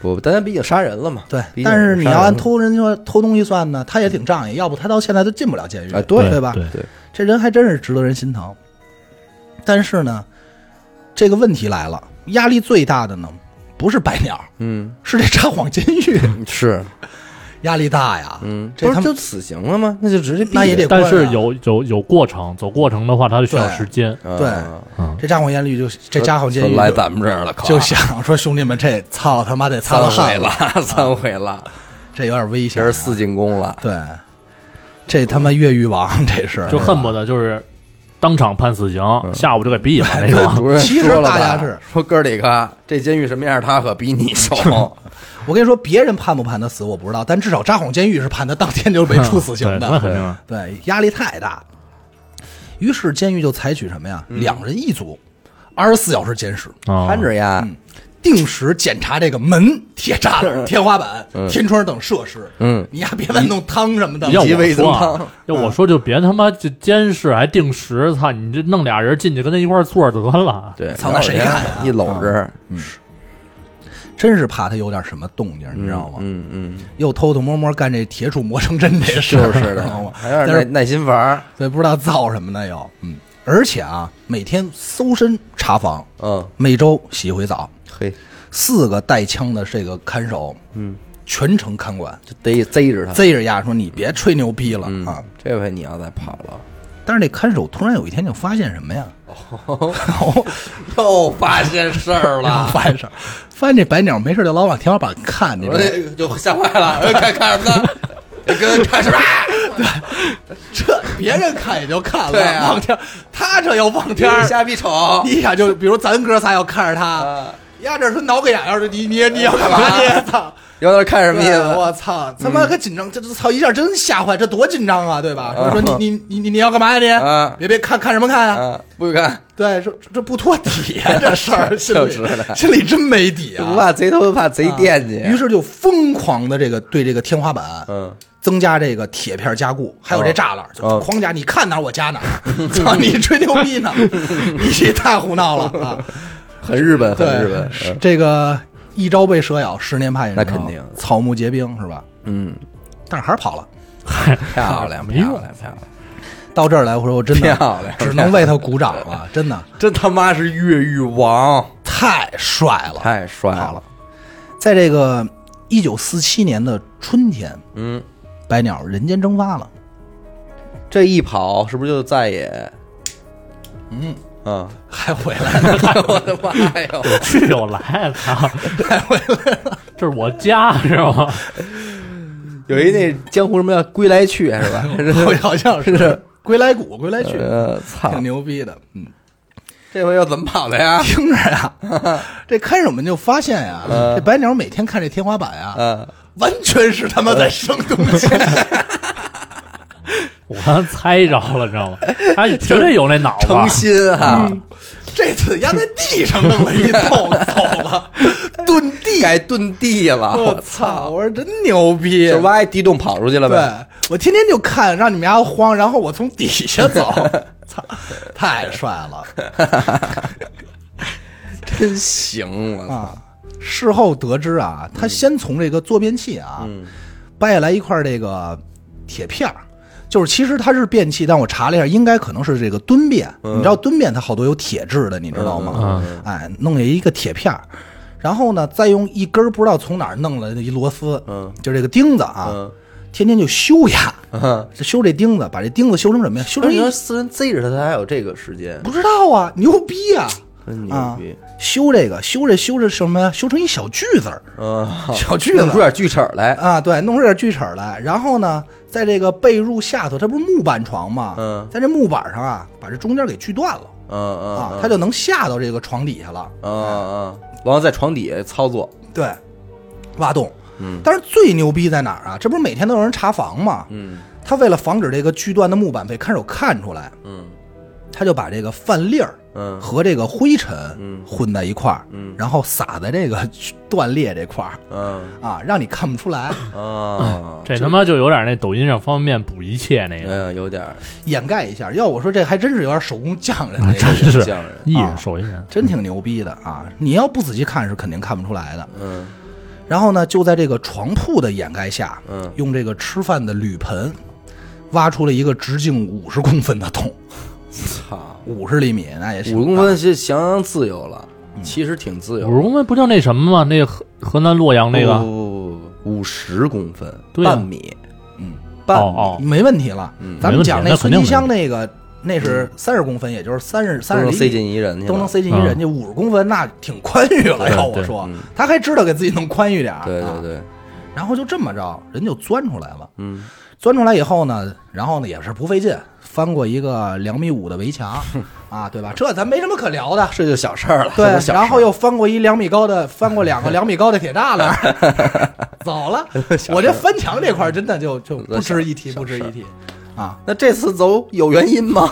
S1: 不，但他毕竟杀人了嘛，
S2: 对
S1: 毕，竟
S2: 但是你要
S1: 杀人
S2: 按
S1: 了
S2: 偷人说偷东西算呢，他也挺仗义，要不他到现在都进不了监狱，
S1: 啊对
S2: 对吧？
S3: 对
S1: 对，
S2: 这人还真是值得人心疼。但是呢，这个问题来了，压力最大的呢，不是白鸟，
S1: 嗯，
S2: 是这札幌监狱
S1: 是，
S2: 压力大呀。
S1: 嗯，
S2: 这
S1: 不
S2: 他
S1: 是
S2: 们
S1: 就死刑了吗？那就直接毙
S2: 那也得
S1: 了
S3: 但
S2: 关
S3: 是
S2: 啊
S3: 有有有过程，走过程的话，它就需要
S2: 对
S3: 时间。
S2: 对
S1: 啊
S3: 嗯
S2: 这札幌监狱就这札幌监狱
S1: 说来
S2: 就
S1: 咱们这儿了，靠
S2: 就想说兄弟们，这操他妈得擦
S1: 三
S2: 擦
S1: 回
S2: 汗
S1: 了，，三回了，
S2: 这有点危
S1: 这
S2: 险啊。
S1: 是四进宫了，
S2: 对，这他妈越狱王，这是
S3: 就恨不得就是当场判死刑，下午就给毙了那种。
S1: 主任
S2: 啊其实
S1: 说了
S2: 大家
S1: 吧
S2: 是
S1: 说哥儿几个，这监狱什么样，他可比你熟。
S2: 我跟你说，别人判不判他死我不知道，但至少札幌监狱是判他当天就被处死 刑
S3: 对那
S2: 的。
S3: 肯定啊。
S2: 对，压力太大。于是监狱就采取什么
S1: 嗯
S2: 呀？两人一组，二十四小时监视，
S3: 啊
S1: 看着呀，
S2: 嗯定时检查这个门、铁栅 栏、天花板、天窗等设施。
S1: 嗯，
S2: 你呀，别再弄汤什么的。
S3: 要
S1: 极
S3: 我
S1: 为
S3: 说
S1: 增汤
S3: 啊，要我说就别他妈这监视还定时，操你这弄俩人进去跟他一块儿坐着得了。
S1: 对，
S2: 操那谁
S1: 然后
S2: 干呀啊
S1: 一搂着，
S2: 真是怕他有点什么动静，你知道吗？
S1: 嗯嗯，
S2: 又偷偷摸摸干这铁杵磨成针这事
S1: 就
S2: 儿，
S1: 是
S2: 知
S1: 的
S2: 道吗，？
S1: 还有
S2: 啊但
S1: 点耐
S2: 是
S1: 耐心玩，
S2: 对，不知道造什么呢又。嗯，而且啊，每天搜身查房，
S1: 嗯，
S2: 每周洗一回澡，
S1: 嘿，
S2: 四个带枪的这个看守，嗯，全程看管，
S1: 就逮贼着他。
S2: 贼着牙说你别吹牛逼了、
S1: 嗯
S2: 啊！，
S1: 这回你要再跑了，
S2: 但是这看守突然有一天就发现什么呀？
S1: 哦又发现事儿
S2: 然后。 发现事儿，发现这白鸟没事就老往天花板看，你知
S1: 我
S2: 道吗？
S1: 这哎就吓坏了，看看什么呢？ 跟看什么？
S2: 这别人看也就看了，
S1: 对啊
S2: 望天儿，他这要望天儿，
S1: 瞎逼瞅，
S2: 你想就比如咱哥仨要看着他，
S1: 啊哎
S2: 呀，这是挠个痒痒的，你你你要干嘛？你 操！
S1: 有点看什么意
S2: 对
S1: 思？
S2: 哎我操！他妈可紧张，这这操一下真吓坏，这多紧张啊，对吧？
S1: 啊
S2: 说你你你你你要干嘛呀你？
S1: 啊
S2: 别别看看什么看啊？
S1: 啊，不许看，
S2: 对，说这不托底 呀，这事儿心
S1: 就
S2: 里
S1: 是的
S2: 心里真没底
S1: 不
S2: 啊。
S1: 怕贼头，怕贼惦记。
S2: 于是就疯狂的这个对这个天花板，
S1: 嗯，
S2: 增加这个铁片加固，还有这栅栏，就
S1: 哦
S2: 狂加。你看哪儿我加哪
S1: 嗯
S2: 儿， 操你吹牛 逼呢？你这太胡闹了啊！
S1: 很日本，
S2: 对，
S1: 很日本。嗯
S2: 这个一朝被蛇咬，十年怕井
S1: 那
S2: 绳
S1: 肯定
S2: 草木皆兵是吧？
S1: 嗯，
S2: 但是还是跑了。
S1: 漂亮，
S3: 没用
S1: 漂亮，漂亮，
S2: 到这儿来，我说我真的
S1: 漂亮
S2: 只能为他鼓掌了，真的
S1: 这他妈是越狱王，
S2: 太帅了，
S1: 太帅
S2: 好了。在这个一九四七年的春天，
S1: 嗯，
S2: 百鸟人间 蒸发了，
S1: 这一跑是不是就再也？嗯哎啊，
S2: 还回来了，
S1: 我的妈呀！
S3: 去就来，操！这是我家是吗？
S1: 有一那江湖什么叫归来去是 吧？
S2: 好像是归来谷，归来去，
S1: 呃，操
S2: 挺，牛逼的。嗯，
S1: 这回又怎么跑的呀？
S2: 听着呀，这开始我们就发现呀，
S1: 嗯
S2: 这白鸟每天看这天花板呀，
S1: 啊，
S2: 完全是他妈在生东 西。
S3: 我刚猜着了，知道吗？他绝对有那脑子，
S1: 诚心啊，
S2: 这次压在地上弄了一 洞，走了，遁地。
S1: 改遁地了，
S2: 我
S1: 我
S2: 操！
S1: 操！
S2: 我说真牛逼，
S1: 就挖一地洞跑出去了
S2: 对
S1: 呗。
S2: 我天天就看，让你们家慌，然后我从底下 走，操，太帅了
S1: 真行，我操！
S2: 啊！事后得知啊，他先从这个坐便器啊、
S1: 嗯
S2: 掰下来一块这个铁片儿。就是其实它是便器，但我查了一下，应该可能是这个蹲便。
S1: 嗯
S2: 你知道蹲便它好多有铁质的，你知道吗？哎，弄了一个铁片儿，然后呢，再用一根儿不知道从哪儿弄来的一螺丝，嗯，就是这个钉子啊，
S1: 嗯
S2: 天天就修呀，
S1: 嗯
S2: 这修这钉子，把这钉子修成什么呀？修
S1: 不是
S2: 成一
S1: 你说私人贼着他，他还有这个时间，
S2: 不知道啊，牛逼啊！
S1: 真牛
S2: 啊
S1: 逼！，
S2: 修这个，修这修这什么呀？修成一小锯子儿
S1: 嗯，
S2: 小锯
S1: 弄出
S2: 子
S1: 点锯齿儿来。
S2: 啊，对，弄出点锯齿儿来。然后呢，在这个被褥下头，这不是木板床吗？
S1: 嗯
S2: 在这木板上啊，把这中间给锯断了
S1: 嗯嗯
S2: 啊，
S1: 嗯
S2: 他就能下到这个床底下了。
S1: 嗯嗯，然后在床底下操作，
S2: 对，挖洞。嗯，但是最牛逼在哪儿啊？这不是每天都有人查房吗？
S1: 嗯
S2: 他为了防止这个锯断的木板被看守看出来，
S1: 嗯
S2: 他就把这个饭粒儿
S1: 嗯
S2: 和这个灰尘
S1: 嗯
S2: 混在一块儿，
S1: 嗯
S2: 然后撒在这个 断裂这块儿
S1: 嗯
S2: 啊，让你看不出来，
S1: 啊，
S3: 这他妈就有点那抖音上方便面补一切那个，
S1: 嗯，有点儿
S2: 掩盖一下。要我说，这还真是有点手工匠人的，
S3: 啊真是
S1: 匠人
S3: 艺人手艺人。
S2: 真挺牛逼的啊！你要不仔细看是肯定看不出来的。
S1: 嗯
S2: 然后呢，就在这个床铺的掩盖下，
S1: 嗯
S2: 用这个吃饭的铝盆挖出了一个直径五十公分的洞，
S1: 操，
S2: 五十厘米那也行。啊
S1: 五公分是相当自由了，其实挺自由
S3: 五。十公分不就那什么吗？那个河河南洛阳那
S1: 不
S3: 个，
S1: 不不不不，哦五十公分，
S3: 对啊
S1: 半米，
S2: 嗯，
S1: 半嗯米
S3: 哦哦，
S2: 没问题了。咱们讲
S3: 没
S2: 那
S3: 问题
S2: 孙
S3: 那肯定
S2: 吉香那个，那是三十公分，也就是三十
S1: 嗯都
S2: 三十
S1: 能
S2: 厘
S1: 塞
S2: 米
S1: 进一人去了，
S2: 都能塞进一人家五十公分，那挺宽裕了。
S3: 对
S2: 要我
S3: 对
S2: 说
S1: 嗯，
S2: 他还知道给自己弄宽裕点儿。
S1: 对对
S2: 啊。
S1: 对，
S2: 然后就这么着，人就钻出来了。
S1: 嗯
S2: 钻出来以后呢，然后呢也是不费劲，翻过一个两米五的 围墙，啊，对吧？这咱没什么可聊的。
S1: 这就小事儿了。
S2: 对
S1: 这就，小事儿
S2: 然后又翻过一两米高的，翻过两个两米高的铁栅栏， 走了。我这翻墙这块儿真的就就不值一提，不值一提。啊，
S1: 那这次走有原因吗？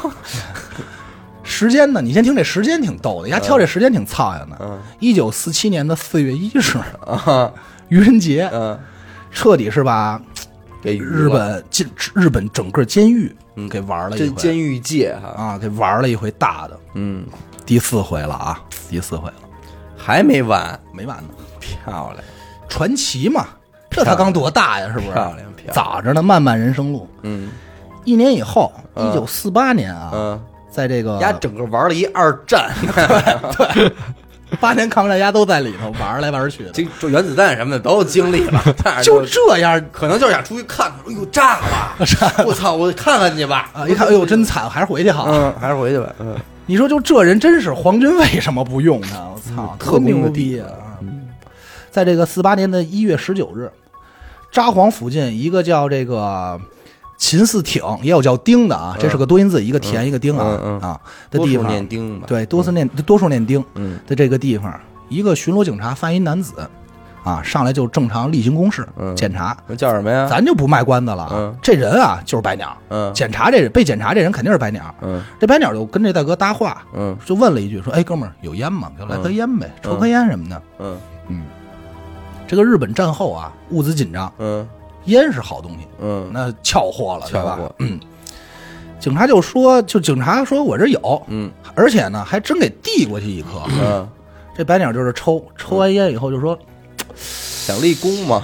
S2: 时间呢？你先听这时间挺逗的，丫挑这时间挺操样的
S1: 嗯。啊
S2: 一九四七年的四月一 日，愚人节，
S1: 嗯，
S2: 彻底是把
S1: 给娱
S2: 日
S1: 乐
S2: 本监日本整个监狱给玩了一
S1: 这监
S2: 回
S1: 狱界哈，
S2: 啊，给玩了一回大的，
S1: 嗯，
S2: 第四回了啊，第四回了，
S1: 还没完，
S2: 没完呢。
S1: 漂亮，
S2: 传奇嘛，这他刚多大呀，是不是？
S1: 漂亮漂亮
S2: 咋着呢？漫漫人生路，
S1: 嗯
S2: 一年以后，一九四八年啊，
S1: 嗯，
S2: 在这个
S1: 丫整个玩了一二战，
S2: 八年抗战，丫都在里头玩儿来玩儿去的，
S1: 经就原子弹什么的都经历 了，但是
S2: 就这样
S1: 可能就是想出去看看，哎呦 炸了，我操，我看看去吧，
S2: 啊！一看，哎呦，真惨，还是回去好。
S1: 嗯，还是回去吧，嗯，
S2: 你说就这人真是黄真为什么不用他？我操，
S1: 嗯特
S2: 特
S1: 工的
S2: 牛逼啊！在这个四八年的一月十九日，札幌附近一个叫这个秦四町，也有叫丁的啊，这是个多音字，一个田一个丁啊
S1: 嗯嗯嗯
S2: 啊的
S1: 多
S2: 地
S1: 数
S2: 方。
S1: 念丁吧，
S2: 对，多次念多数念丁
S1: 嗯
S2: 的这个地方，一个巡逻警察犯一男子，啊，上来就正常例行公事
S1: 嗯
S2: 检查，
S1: 那叫什么呀？
S2: 咱就不卖关子了啊
S1: 嗯，
S2: 这人啊就是白鸟，
S1: 嗯
S2: 检查这人被检查这人肯定是白鸟，
S1: 嗯
S2: 这白鸟就跟这大哥搭话，
S1: 嗯
S2: 就问了一句说：“哎，哥们儿，有烟吗？给我来根烟呗，抽根烟什么的。
S1: 嗯”
S2: 这个日本战后啊，物资紧张，
S1: 嗯
S2: 烟是好东西，
S1: 嗯，
S2: 那俏货了，对
S1: 跳
S2: 吧？
S1: 过，
S2: 警察就说，就警察说我这有，
S1: 嗯
S2: 而且呢还真给递过去一颗。
S1: 嗯，
S2: 这白鸟就是抽，抽完烟以后就说：“
S1: 想立功嘛？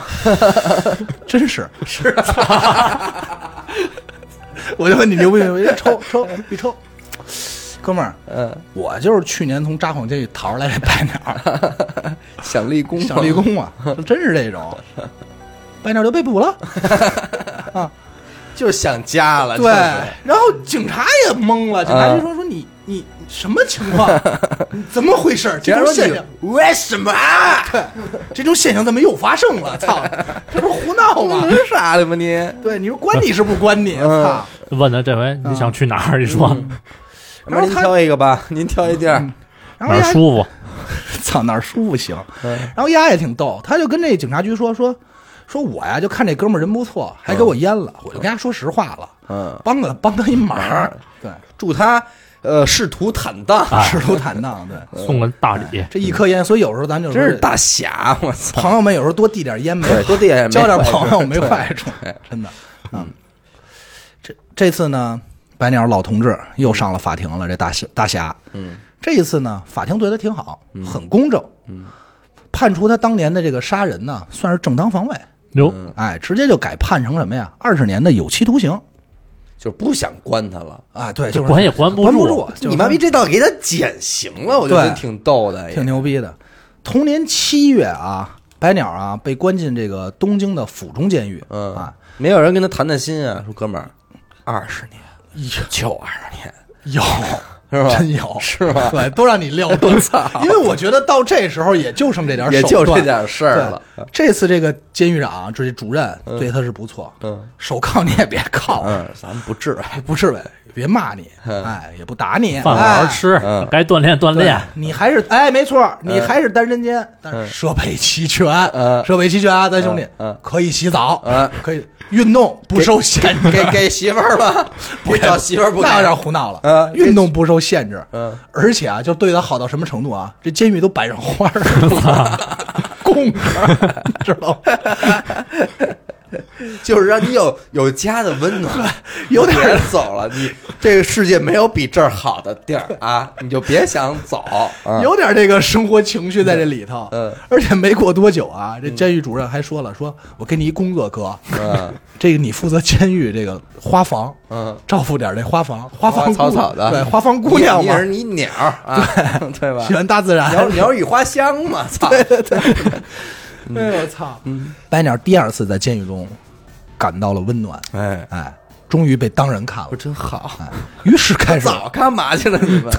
S2: 真 是是，
S1: 啊
S2: 我就问你牛不牛逼？抽抽一抽，哥们儿，
S1: 嗯，
S2: 我就是去年从札幌监狱逃出来这白鸟，
S1: 想立功嘛？
S2: 想立功 嘛，就真是这种，白鸟就被捕了。
S1: 啊就是啊想家了，
S2: 对，然后警察也懵了，警察就说说你你什么情 况？你怎么回事？
S1: 警
S2: 这
S1: 察
S2: 种
S1: 说
S2: 现象，
S1: 你为什 么？
S2: 对，这种现象怎么又发 生了？操，这不是胡闹吗？
S1: 你傻的吧啊你？
S2: 对，你说关你是不是关你？
S1: 嗯
S2: 操！
S3: 问他这回你想去哪儿？你说
S1: 要不您挑一个吧， 您挑一地儿。
S2: 然
S3: 哪
S2: 后
S3: 儿
S2: 丫
S3: 舒服？
S2: 操哪儿舒服行。
S1: 嗯
S2: 然后丫也挺逗，他就跟这警察局说说说我呀，就看这哥们儿人不错，还给我淹了，我就跟他说实话了，
S1: 嗯，
S2: 帮了帮他一忙儿，对，
S1: 祝他呃仕途坦荡，
S2: 仕途坦荡，对。
S3: 送个大礼，
S2: 这一颗烟，所以有时候咱就
S1: 真
S2: 说
S1: 是大侠！我操，
S2: 朋友们，有时候多递点烟没
S1: 对，多递点烟没
S2: 交点
S1: 坏处
S2: 朋友没坏处，哎真的。嗯，这这次呢，白鸟老同志又上了法庭了，这大侠大侠。嗯，这一次呢，法庭对他挺好，很公正。嗯，判处他当年的这个杀人呢，算是正当防卫。
S3: 哟，
S1: 嗯
S2: 哎，直接就改判成什么呀？二十年的有期徒刑。
S1: 就是不想关他了。
S2: 啊，对，就是
S3: 管也管不
S2: 不
S3: 住
S2: 住，就是
S1: 你妈逼，这道给他减刑了，我就觉得
S2: 对
S1: 挺逗的。
S2: 挺牛逼的。同年七月啊，白鸟啊被关进这个东京的府中监狱。
S1: 嗯
S2: 啊，
S1: 没有人跟他谈谈心啊，说哥们儿，二十年，就二十年，
S2: 有，
S1: 是吧
S2: 真有，
S1: 是吧
S2: 对，都让你撂 我操！因为我觉得到这时候也就剩这点手段，
S1: 也就这点事儿了
S2: 对。这次这个监狱长，啊这主任对他是不错，
S1: 嗯，
S2: 手铐你也别铐，
S1: 嗯，咱不至于，
S2: 不是呗？别骂你，
S1: 嗯
S2: 哎，也不打你，
S3: 饭好好
S2: 哎
S3: 吃，该锻炼锻
S2: 对
S3: 炼。，
S1: 啊
S2: 你还是哎，没错，你还是单身间，但是设备齐全，
S1: 嗯
S2: 设备齐全啊，咱兄弟
S1: 嗯嗯，
S2: 可以洗澡
S1: 嗯，
S2: 可以运动，不受限制，
S1: 给给媳妇儿 了，不找媳妇儿不给
S2: 那有点胡闹了，
S1: 嗯
S2: 运动不受限制，
S1: 嗯，
S2: 而且啊，就对他好到什么程度啊？这监狱都摆上花儿， 供着，知道吗？
S1: 就是让你有有家的温暖，
S2: 有点
S1: 别走了，你这个世界没有比这儿好的地儿啊，你就别想走。啊
S2: 有点这个生活情绪在这里头，
S1: 嗯
S2: 而且没过多久啊，这监狱主任还说了，说我给你一工作，哥，
S1: 嗯
S2: 这个你负责监狱这个花房，
S1: 嗯，
S2: 照顾点这花房，花
S1: 花
S2: 房
S1: 草
S2: 姑
S1: 草的，
S2: 对，花房姑娘
S1: 你
S2: 嘛
S1: 也，是你鸟儿啊， 对吧
S2: 喜？欢大自
S1: 鸟
S2: 然。
S1: 鸟语花香 嘛，操！对对对，嗯
S2: 哎呦我操！白鸟第二次在监狱中感到了温暖，
S1: 哎，
S2: 哎，终于被当人看了，
S1: 真好。
S2: 哎，于是开始，
S1: 早干嘛去了你们？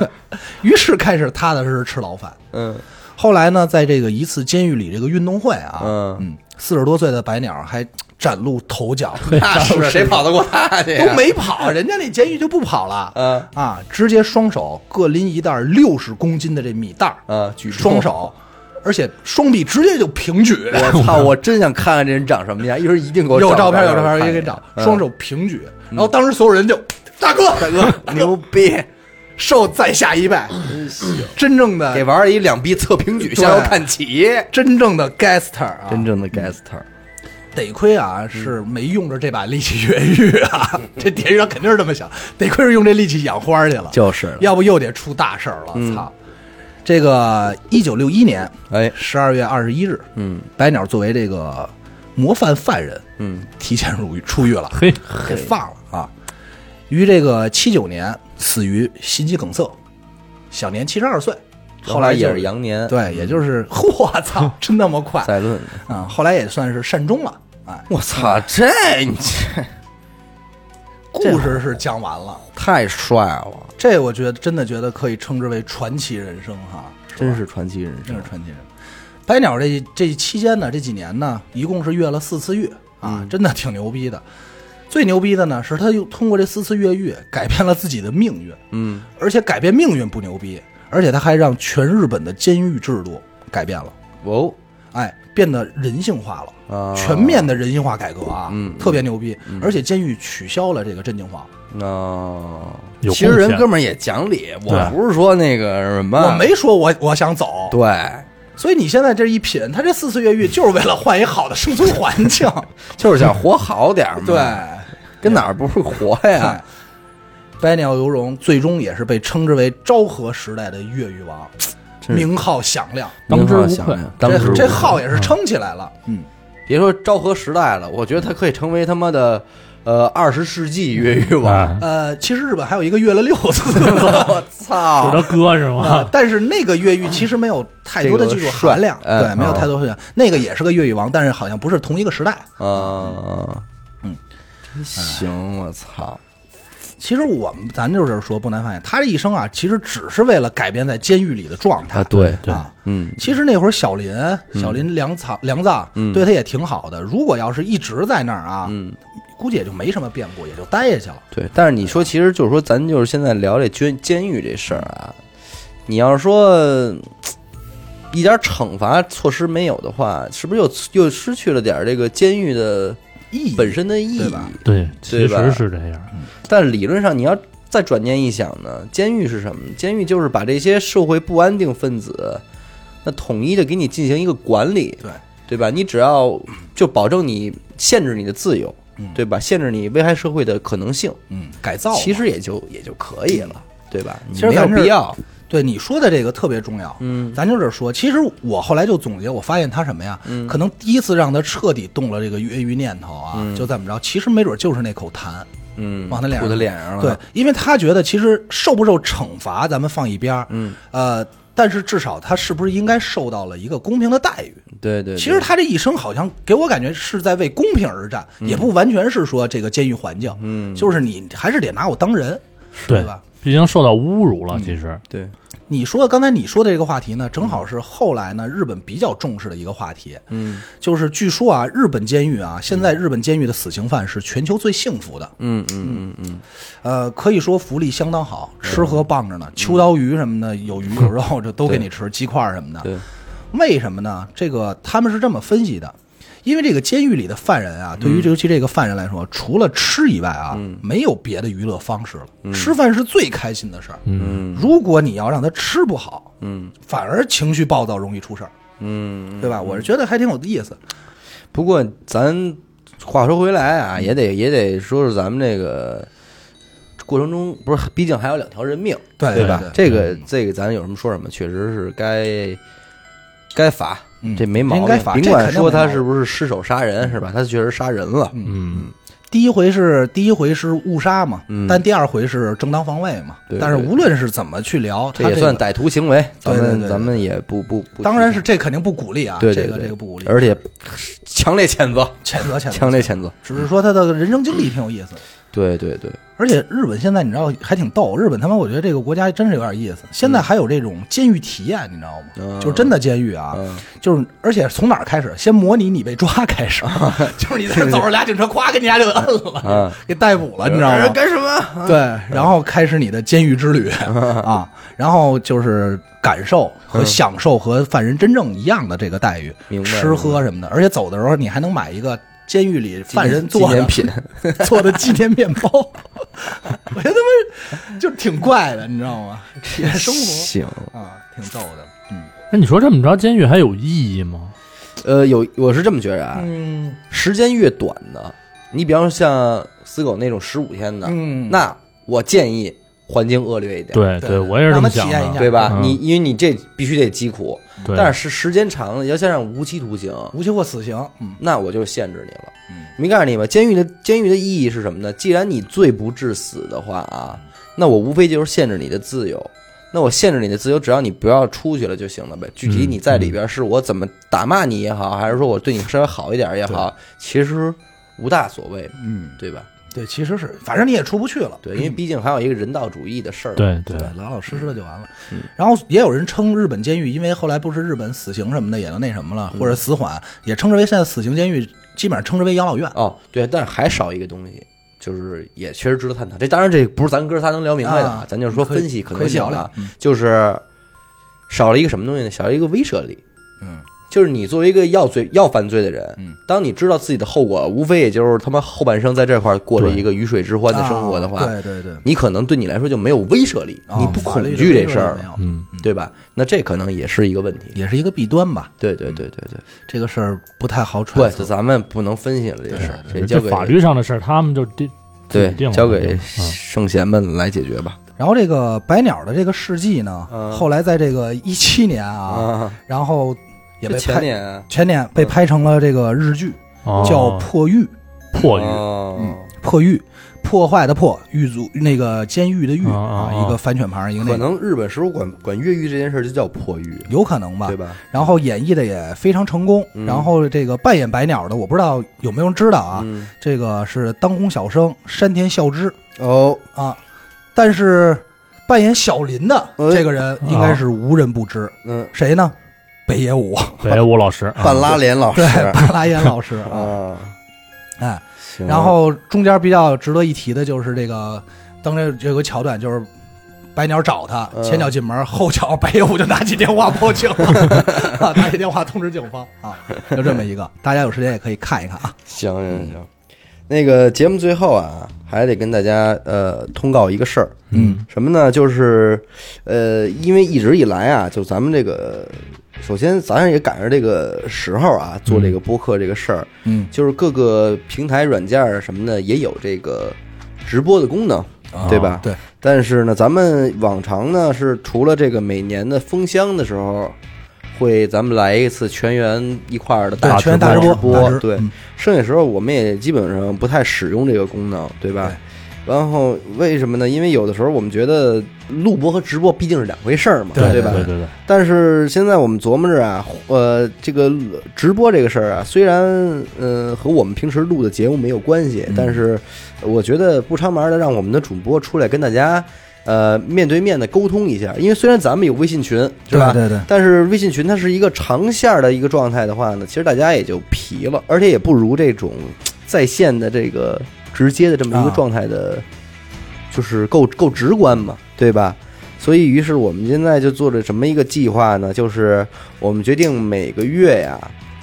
S2: 于是开始踏踏实实吃牢饭。
S1: 嗯
S2: 后来呢，在这个一次监狱里这个运动会啊，
S1: 嗯
S2: 嗯，四十多岁的白鸟还崭露 头角，
S1: 那是谁跑得过他去呀？
S2: 都没跑，人家那监狱就不跑了，
S1: 嗯
S2: 啊，直接双手各拎一袋六十公斤的这米袋儿，
S1: 嗯举重
S2: 双手，而且双臂直接就平举，
S1: 我操！我真想看看这人长什么样，一会儿一定给我
S2: 有
S1: 照
S2: 照片
S1: 照
S2: 有照片，也
S1: 也
S2: 给找，双手平举，然后当时所有人就大哥
S1: 嗯大 哥嗯牛逼，
S2: 受在下一拜，真正
S1: 给
S2: 的
S1: 玩儿一两臂侧平举，向右看齐，
S2: 真正的 gaster 啊，
S1: 正的 gaster。
S2: 得亏啊
S1: 嗯
S2: 是没用着这把力气越狱 啊，这典狱长肯定是这么想，得亏是用这力气养花去了，
S1: 就是了嗯
S2: 要不又得出大事儿了，操！这个一九六一年，
S1: 哎
S2: 十二月二十一日，嗯，白鸟作为这个模范犯人，嗯，提前入狱出狱了，
S3: 嘿，
S2: 给放了啊。于这个七九年死于心肌梗塞，享年七十二岁。后来
S1: 也
S2: 就是
S1: 羊年，，
S2: 对，也就是 我操，真那么快
S1: 赛论。
S2: 啊！后来也算是善终了。哎，
S1: 我操，这你这
S2: 故事是讲完了，
S1: 太帅了，
S2: 这我觉得真的觉得可以称之为传奇人生哈，
S1: 真是传奇人
S2: 真是。传奇人。白鸟这这期间呢，这几年呢，一共是越了四次狱啊，
S1: 嗯
S2: 真的挺牛逼的。最牛逼的呢，是他又通过这四次越狱改变了自己的命运，
S1: 嗯，
S2: 而且改变命运不牛逼，而且他还让全日本的监狱制度改变了，
S1: 哦
S2: 哎，变得人性化了。
S1: 啊，
S2: 全面的人性化改革啊，
S1: 嗯
S2: 特别牛逼，而且监狱取消了这个镇静化，
S1: 啊。
S3: 有
S1: 其实人
S3: 贡献
S1: 哥们儿也讲理，我
S3: 对
S1: 不是说那个什么，
S2: 我没说我我想走，
S1: 嗯对，
S2: 所以你现在这一品，他这四次越狱就是为了换一好的生存环 境，
S1: 就是想活好点 儿嘛。
S2: 对，
S1: 跟哪儿不是活呀
S2: 哎？白鸟游荣最终也是被称之为昭和时代的越狱王，
S1: 真是
S2: 名号响亮，
S3: 当之
S1: 您好
S3: 无
S1: 想
S3: 愧。
S1: 想当之
S2: 这
S1: 无
S2: 这
S1: 愧
S2: 号也是撑起来了，嗯，
S1: 别说昭和时代了，我觉得他可以成为他妈的呃二十世纪越狱王。
S3: 哎
S2: 呃，其实日本还有一个越了六次
S1: 我
S3: 是
S1: 操！
S3: 他哥是
S2: 啊
S3: 吗？
S2: 但是那个越狱其实没有太多的技术含量，
S1: 这个帅哎
S2: 对，没有
S1: 哦
S2: 太多的，那个也是个越狱王，但是好像不是同一个时代。
S1: 啊，嗯，行，我操！
S2: 其实我们咱就是说不难发现，他这一生啊，其实只是为了改变在监狱里的状态。
S1: 啊对
S3: 对
S2: 啊，
S1: 嗯，
S2: 其实那会儿小林、小林良藏、良藏对他也挺好的。如果要是一直在那儿啊，估计也就没什么变故，也就待下去了。
S1: 对，但是你说，其实就是说，咱就是现在聊这监监狱这事儿啊，你要是说嗯一点惩罚措施没有的话，是不是又又失去了点儿这个监狱的
S2: 意义
S1: 本身的意义
S2: 对？吧
S3: 对，
S1: 对
S3: 其
S1: 吧
S3: 实是这样。
S1: 但理论上，你要再转念一想呢，监狱是什么？监狱就是把这些社会不安定分子，那统一的给你进行一个管理，
S2: 对
S1: 对吧？你只要就保证你限制你的自由，对吧？限制你危害社会的可能性，
S2: 嗯，改造嘛
S1: 其实也就也就可以了，对吧？
S2: 其实
S1: 你没有
S2: 咱这
S1: 必要，
S2: 对你说的这个特别重要。嗯，咱就是说，其实我后来就总结，我发现他什么呀？
S1: 嗯
S2: 可能第一次让他彻底动了这个越狱念头啊，就怎么着？其实没准就是那口痰。
S1: 嗯，
S2: 往他脸上
S1: 吐他脸上了，
S2: 对，因为他觉得其实受不受惩罚咱们放一边儿，嗯，呃，但是至少他是不是应该受到了一个公平的待遇？
S1: 对对对，
S2: 其实他这一生好像给我感觉是在为公平而战，
S1: 嗯
S2: 也不完全是说这个监狱环境，嗯，就是你还是得拿我当人，
S3: 对
S2: 对吧？
S3: 毕竟受到侮辱了，其实
S1: 对，
S2: 你说刚才你说的这个话题呢，正好是后来呢日本比较重视的一个话题，嗯，就是据说啊，日本监狱啊，现在日本监狱的死刑犯是全球最幸福的，
S1: 嗯嗯嗯嗯，
S2: 呃，可以说福利相当好，吃喝棒着呢，秋刀鱼什么的有鱼有肉，这都给你吃，鸡块儿什么的。
S1: 嗯对，
S2: 为什么呢？这个他们是这么分析的，因为这个监狱里的犯人啊，
S1: 嗯
S2: 对于尤其这个犯人来说，除了吃以外啊，没有别的娱乐方式
S1: 嗯
S2: 了，吃饭是最开心的事儿。嗯，如果你要让他吃不好，嗯，反而情绪暴躁，容易出事儿。嗯，对吧？我是觉得还挺有意思。
S1: 不过咱话说回来啊，也得也得说说咱们这个过程中，不是，毕竟还有两条人命，
S2: 对
S1: 对
S2: 对
S1: 吧
S2: 对？
S1: 这个这个咱有什么说什么，确实是该该罚，
S2: 嗯
S1: 这没毛病。
S2: 应该罚
S1: 甭
S2: 这
S1: 管
S2: 肯定
S1: 说
S2: 没毛
S1: 他
S2: 病
S1: 是不是失手杀人，是吧？他确实杀人了，
S3: 嗯，
S2: 第一回是第一回是误杀嘛，
S1: 嗯
S2: 但第二回是正当防卫嘛。
S1: 对
S2: 但是
S1: 对
S2: 无论是怎么去聊，
S1: 这
S2: 他
S1: 也
S2: 个
S1: 算歹徒行为，咱
S2: 对对
S1: 们
S2: 对
S1: 咱们也不不不，
S2: 当然是这肯定不鼓励啊，
S1: 对对
S2: 这个
S1: 对
S2: 这个不鼓励，
S1: 而且强烈谴责，
S2: 谴责谴责
S1: 强烈谴责。
S2: 只是说他的人生经历挺有意思。
S1: 对对对，
S2: 而且日本现在你知道还挺逗，日本他妈我觉得这个国家真是有点意思。现在还有这种监狱体验，你知道吗？
S1: 嗯
S2: 就是真的监狱啊，
S1: 嗯
S2: 就是而且从哪儿开始？先模拟你被抓开始， 就是你在那儿走着俩警车，咵给你俩就摁了，
S1: 嗯
S2: 给逮捕了，你知道吗？
S1: 干什么？嗯
S2: 对，然后开始你的监狱之旅啊，然后就是感
S1: 嗯
S2: 受和享受和犯人真正一样的这个待遇
S1: 明，白
S2: 吃喝什么的，而且走的时候你还能买一个监狱里犯人
S1: 纪
S2: 做
S1: 念
S2: 的
S1: 品，
S2: 做的纪念面包， 我觉得他妈就挺怪的，你知道吗？也生活
S1: 行。
S2: 啊，挺逗的，嗯
S3: 那你说这么着，监狱还有意义吗？
S1: 呃，有我是这么觉着啊，
S2: 嗯
S1: 时间越短的，你比方说像死狗那种十五天的，
S2: 嗯
S1: 那我建议环境恶劣一点，
S3: 对
S2: 对
S3: 我也是这么想
S2: 让他体验一
S3: 的
S2: 下。
S1: 对吧？
S3: 嗯
S1: 你因为你这必须得疾苦，
S3: 对，
S1: 但是时间长了，你要加上无期徒刑，
S2: 无期或死刑，嗯
S1: 那我就限制你了。
S2: 嗯
S1: 没告诉你吧，监狱的监狱的意义是什么呢？既然你罪不至死的话啊，
S2: 嗯
S1: 那我无非就是限制你的自由。那我限制你的自由，只要你不要出去了就行了呗。具体
S2: 嗯
S1: 你在里边是我怎么打骂你也好，还是说我对你稍微好一点也好，其实无大所谓，
S2: 嗯，
S1: 对吧？
S2: 对，其实是，反正你也出不去了，
S1: 对，因为毕竟还有一个人道主义的事儿嘛。
S3: 对对
S2: 对，嗯老老实实的就完了。然后也有人称日本监狱，因为后来不是日本死刑什么的也都那什么了，或者死缓，也称之为现在死刑监狱，基本上称之为养老院。
S1: 哦，对，但是还少一个东西，就是也确实值得探讨。这当然这不是咱哥仨能聊明白的，
S2: 啊
S1: 咱就是说
S2: 可以
S1: 分析可
S2: 可
S1: 能
S2: 以
S1: 性
S2: 聊
S1: 啊
S2: 聊嗯
S1: 就是少了一个什么东西呢？少了一个威慑力。
S2: 嗯，
S1: 就是你作为一个要罪要犯罪的人，嗯，当你知道自己的后果，无非也就是他妈后半生在这块儿过着一个鱼水之欢的生活的话，
S2: 啊对对对，
S1: 你可能对你来说就没有威慑力，
S2: 啊
S1: 你不恐惧这事儿
S2: 法律的，没有嗯
S3: 嗯，
S1: 对吧？那这可能也是一个问题。
S2: 也是一个弊端吧。
S1: 对对对对对，
S2: 这个事儿不太好
S1: 对
S2: 揣，测。
S1: 咱们不能分析了这事儿，这交
S3: 这
S1: 给
S3: 法律上的事儿，他们就定
S1: 对
S3: 定了
S1: 交给
S3: 嗯
S1: 圣贤们来解决吧。
S2: 然后这个白鸟的这个事迹呢，
S1: 嗯
S2: 后来在这个一七年啊，
S1: 啊，
S2: 然后也被
S1: 这
S2: 拍
S1: 前年啊
S2: 前年被拍成了这个日剧，
S3: 哦
S2: 叫《破狱》。
S3: 破狱，
S2: 嗯
S1: 哦，
S2: 破狱，破坏的破，狱卒那个监狱的狱
S3: 哦
S2: 啊
S3: 哦，哦
S2: 一个反犬旁，一个那嗯
S1: 可
S2: 个，
S1: 能日本时候管管越狱这件事儿就叫破狱，
S2: 有可能吧
S1: 对。嗯吧？
S2: 然后演绎的也非常成功。然后这个扮演白鸟的，我不知道有没有人知道啊，
S1: 嗯，
S2: 这个是当红小生山田孝之
S1: 哦，
S2: 啊，但是扮演小林的
S1: 哎
S2: 这个人应该是无人不知，
S1: 嗯，
S2: 谁呢？北野武，
S1: 哦
S3: 北武哎老师，
S1: 半拉脸老师
S2: 对，巴拉岩 老师啊，
S1: 啊，
S2: 哎，
S1: 行
S2: 然后中间比较值得一提的就是这个，当时有个桥段就是。白鸟找他，
S1: 嗯
S2: 前脚进门，后脚白野武就拿起电话 报警了，啊拿起电话通知警方啊，就这么一个，大家有时间也可以看一看啊。
S1: 行行行，那个节目最后啊，还得跟大家呃通告一个事儿，
S2: 嗯，
S1: 什么呢？就是呃，因为一直以来啊，就咱们这个，首先咱也赶上这个时候啊，做这个播客这个事儿，
S2: 嗯，
S1: 就是各个平台软件儿什么的也有这个直播的功能，
S3: 嗯
S1: 对吧？
S2: 啊对，
S1: 但是呢，咱们往常呢是除了这个每年的封箱的时候，会咱们来一次全员一块儿的
S2: 对
S1: 大
S2: 全员大直
S1: 播
S2: 播大
S1: 播，
S2: 直
S1: 对
S2: 嗯，
S1: 剩下时候我们也基本上不太使用这个功能，对吧？然后为什么呢？因为有的时候我们觉得录播和直播毕竟是两回事儿嘛，
S2: 对
S1: 吧？
S3: 对对对，
S1: 但是现在我们琢磨着啊，呃，这个直播这个事儿啊，虽然呃和我们平时录的节目没有关系，但是我觉得不长忙的让我们的主播出来跟大家呃面对面的沟通一下，因为虽然咱们有微信群，是
S2: 对
S1: 吧？
S2: 对对，
S1: 但是微信群它是一个长线儿的一个状态的话呢，其实大家也就疲了，而且也不如这种在线的这个直接的这么一个
S2: 啊
S1: 状态的，就是够够直观嘛，对吧？所以，于是我们现在就做了什么一个计划呢？就是我们决定每个月呀，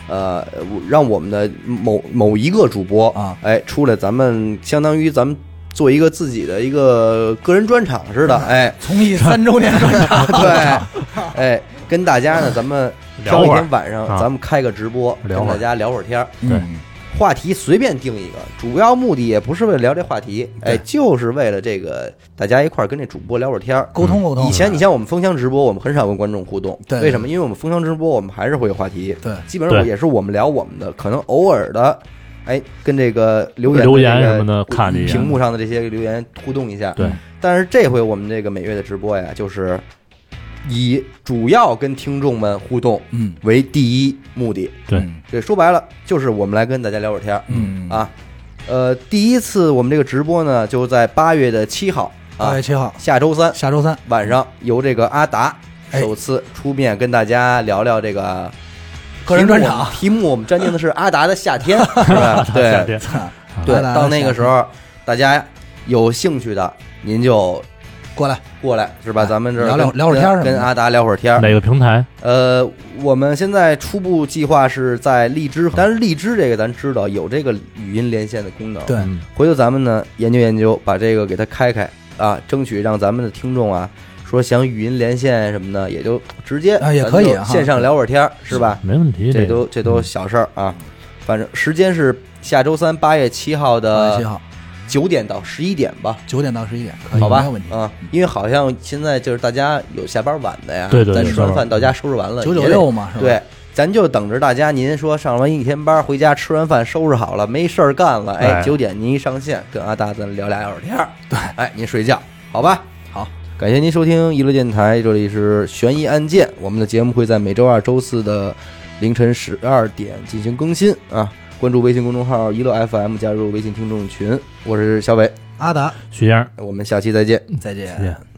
S1: 呃，我让我们的某某一个主播
S2: 啊，
S1: 哎，出来，咱们相当于咱们做一个自己的一个个人专场似 的，哎，
S2: 从艺三周年专场，
S1: 对，哎，跟大家呢，咱们
S3: 聊
S1: 挑一
S3: 会儿
S1: 天晚上，
S3: 啊
S1: 咱们开个直播，
S3: 聊
S1: 跟
S3: 会
S1: 大
S3: 儿
S1: 家聊会儿天儿。
S3: 对
S2: 嗯
S1: 话题随便定一个，主要目的也不是为了聊这话题，哎，就是为了这个大家一块儿跟这主播聊会儿天儿。嗯
S2: 沟通沟通。
S1: 以前你像我们封箱直播，我们很少跟观众互动，
S2: 对
S1: 为什么？因为我们封箱直播，我们还是会有话题，
S2: 对
S1: 基本上我
S3: 对
S1: 也是我们聊我们的，可能偶尔的，哎，跟这个留言的
S3: 留言
S1: 这个
S3: 什么的看一眼
S1: 屏幕上的这些留言互动一下，
S3: 对，
S1: 但是这回我们这个每月的直播呀，就是以主要跟听众们互动
S2: 嗯
S1: 为第一目的。
S3: 对
S2: 嗯
S1: 这说白了，就是我们来跟大家聊会儿天儿
S2: 嗯，
S1: 啊。呃，第一次我们这个直播呢，就在八月的七号
S2: 八
S1: 啊
S2: 月，七号，
S1: 下周三
S2: 哎下 周三，
S1: 晚上，由这个阿达
S2: 哎
S1: 首次出面跟大家聊聊这个
S2: 个人专场
S1: 题目我们题目我们占定的是阿达的夏 天，是吧？
S3: 夏
S1: 对，
S3: 天
S1: 对，
S2: 阿达的
S1: 到那个
S2: 夏
S1: 时候，大家有兴趣的，您就
S2: 过来，
S1: 过来是吧？
S2: 哎
S1: 咱们这儿
S2: 聊聊
S1: 跟
S2: 聊会儿天儿
S1: 跟
S2: 什么
S1: 跟
S2: 的
S1: 阿达聊会儿天儿。
S3: 哪个平台？
S1: 呃，我们现在初步计划是在荔枝，但是荔枝这个咱知道有这个语音连线的功能。
S2: 对，
S3: 嗯
S1: 回头咱们呢研究研究，把这个给它开开啊，争取让咱们的听众啊，说想语音连线什么的，也就直接
S2: 啊也
S1: 咱
S2: 可以
S1: 就
S2: 哈
S1: 线上聊会儿天儿是吧？
S3: 没问题，
S1: 这
S3: 个
S1: 都这都小事儿啊，反正时间是下周三八月七号
S2: 八月七
S1: 的
S2: 号，
S1: 九点到十一点吧。
S2: 九点到十一点，可以，
S1: 好吧，
S2: 哎没有问题。
S1: 啊，因为好像现在就是大家有下班晚的呀，
S3: 对对对
S1: 咱吃完饭到家收拾完了，
S2: 九
S1: 也
S2: 九
S1: 得
S2: 六嘛，是吧？
S1: 对，咱就等着大家您说上完一天班回家吃完饭收拾好了没事儿干了，哎，
S3: 哎
S1: 九点您一上线跟阿达咱聊俩小时天儿，对，哎，您睡觉，好吧？
S2: 好，
S1: 感谢您收听娱乐电台，这里是悬疑案件，我们的节目会在每周二、周四的凌晨十二点进行更新啊。关注微信公众号“娱乐 FM”，加入微信听众群。我是小伟，
S2: 阿达，
S3: 徐先生，
S1: 我们下期再见。
S2: 再见
S1: 哎
S3: 再见。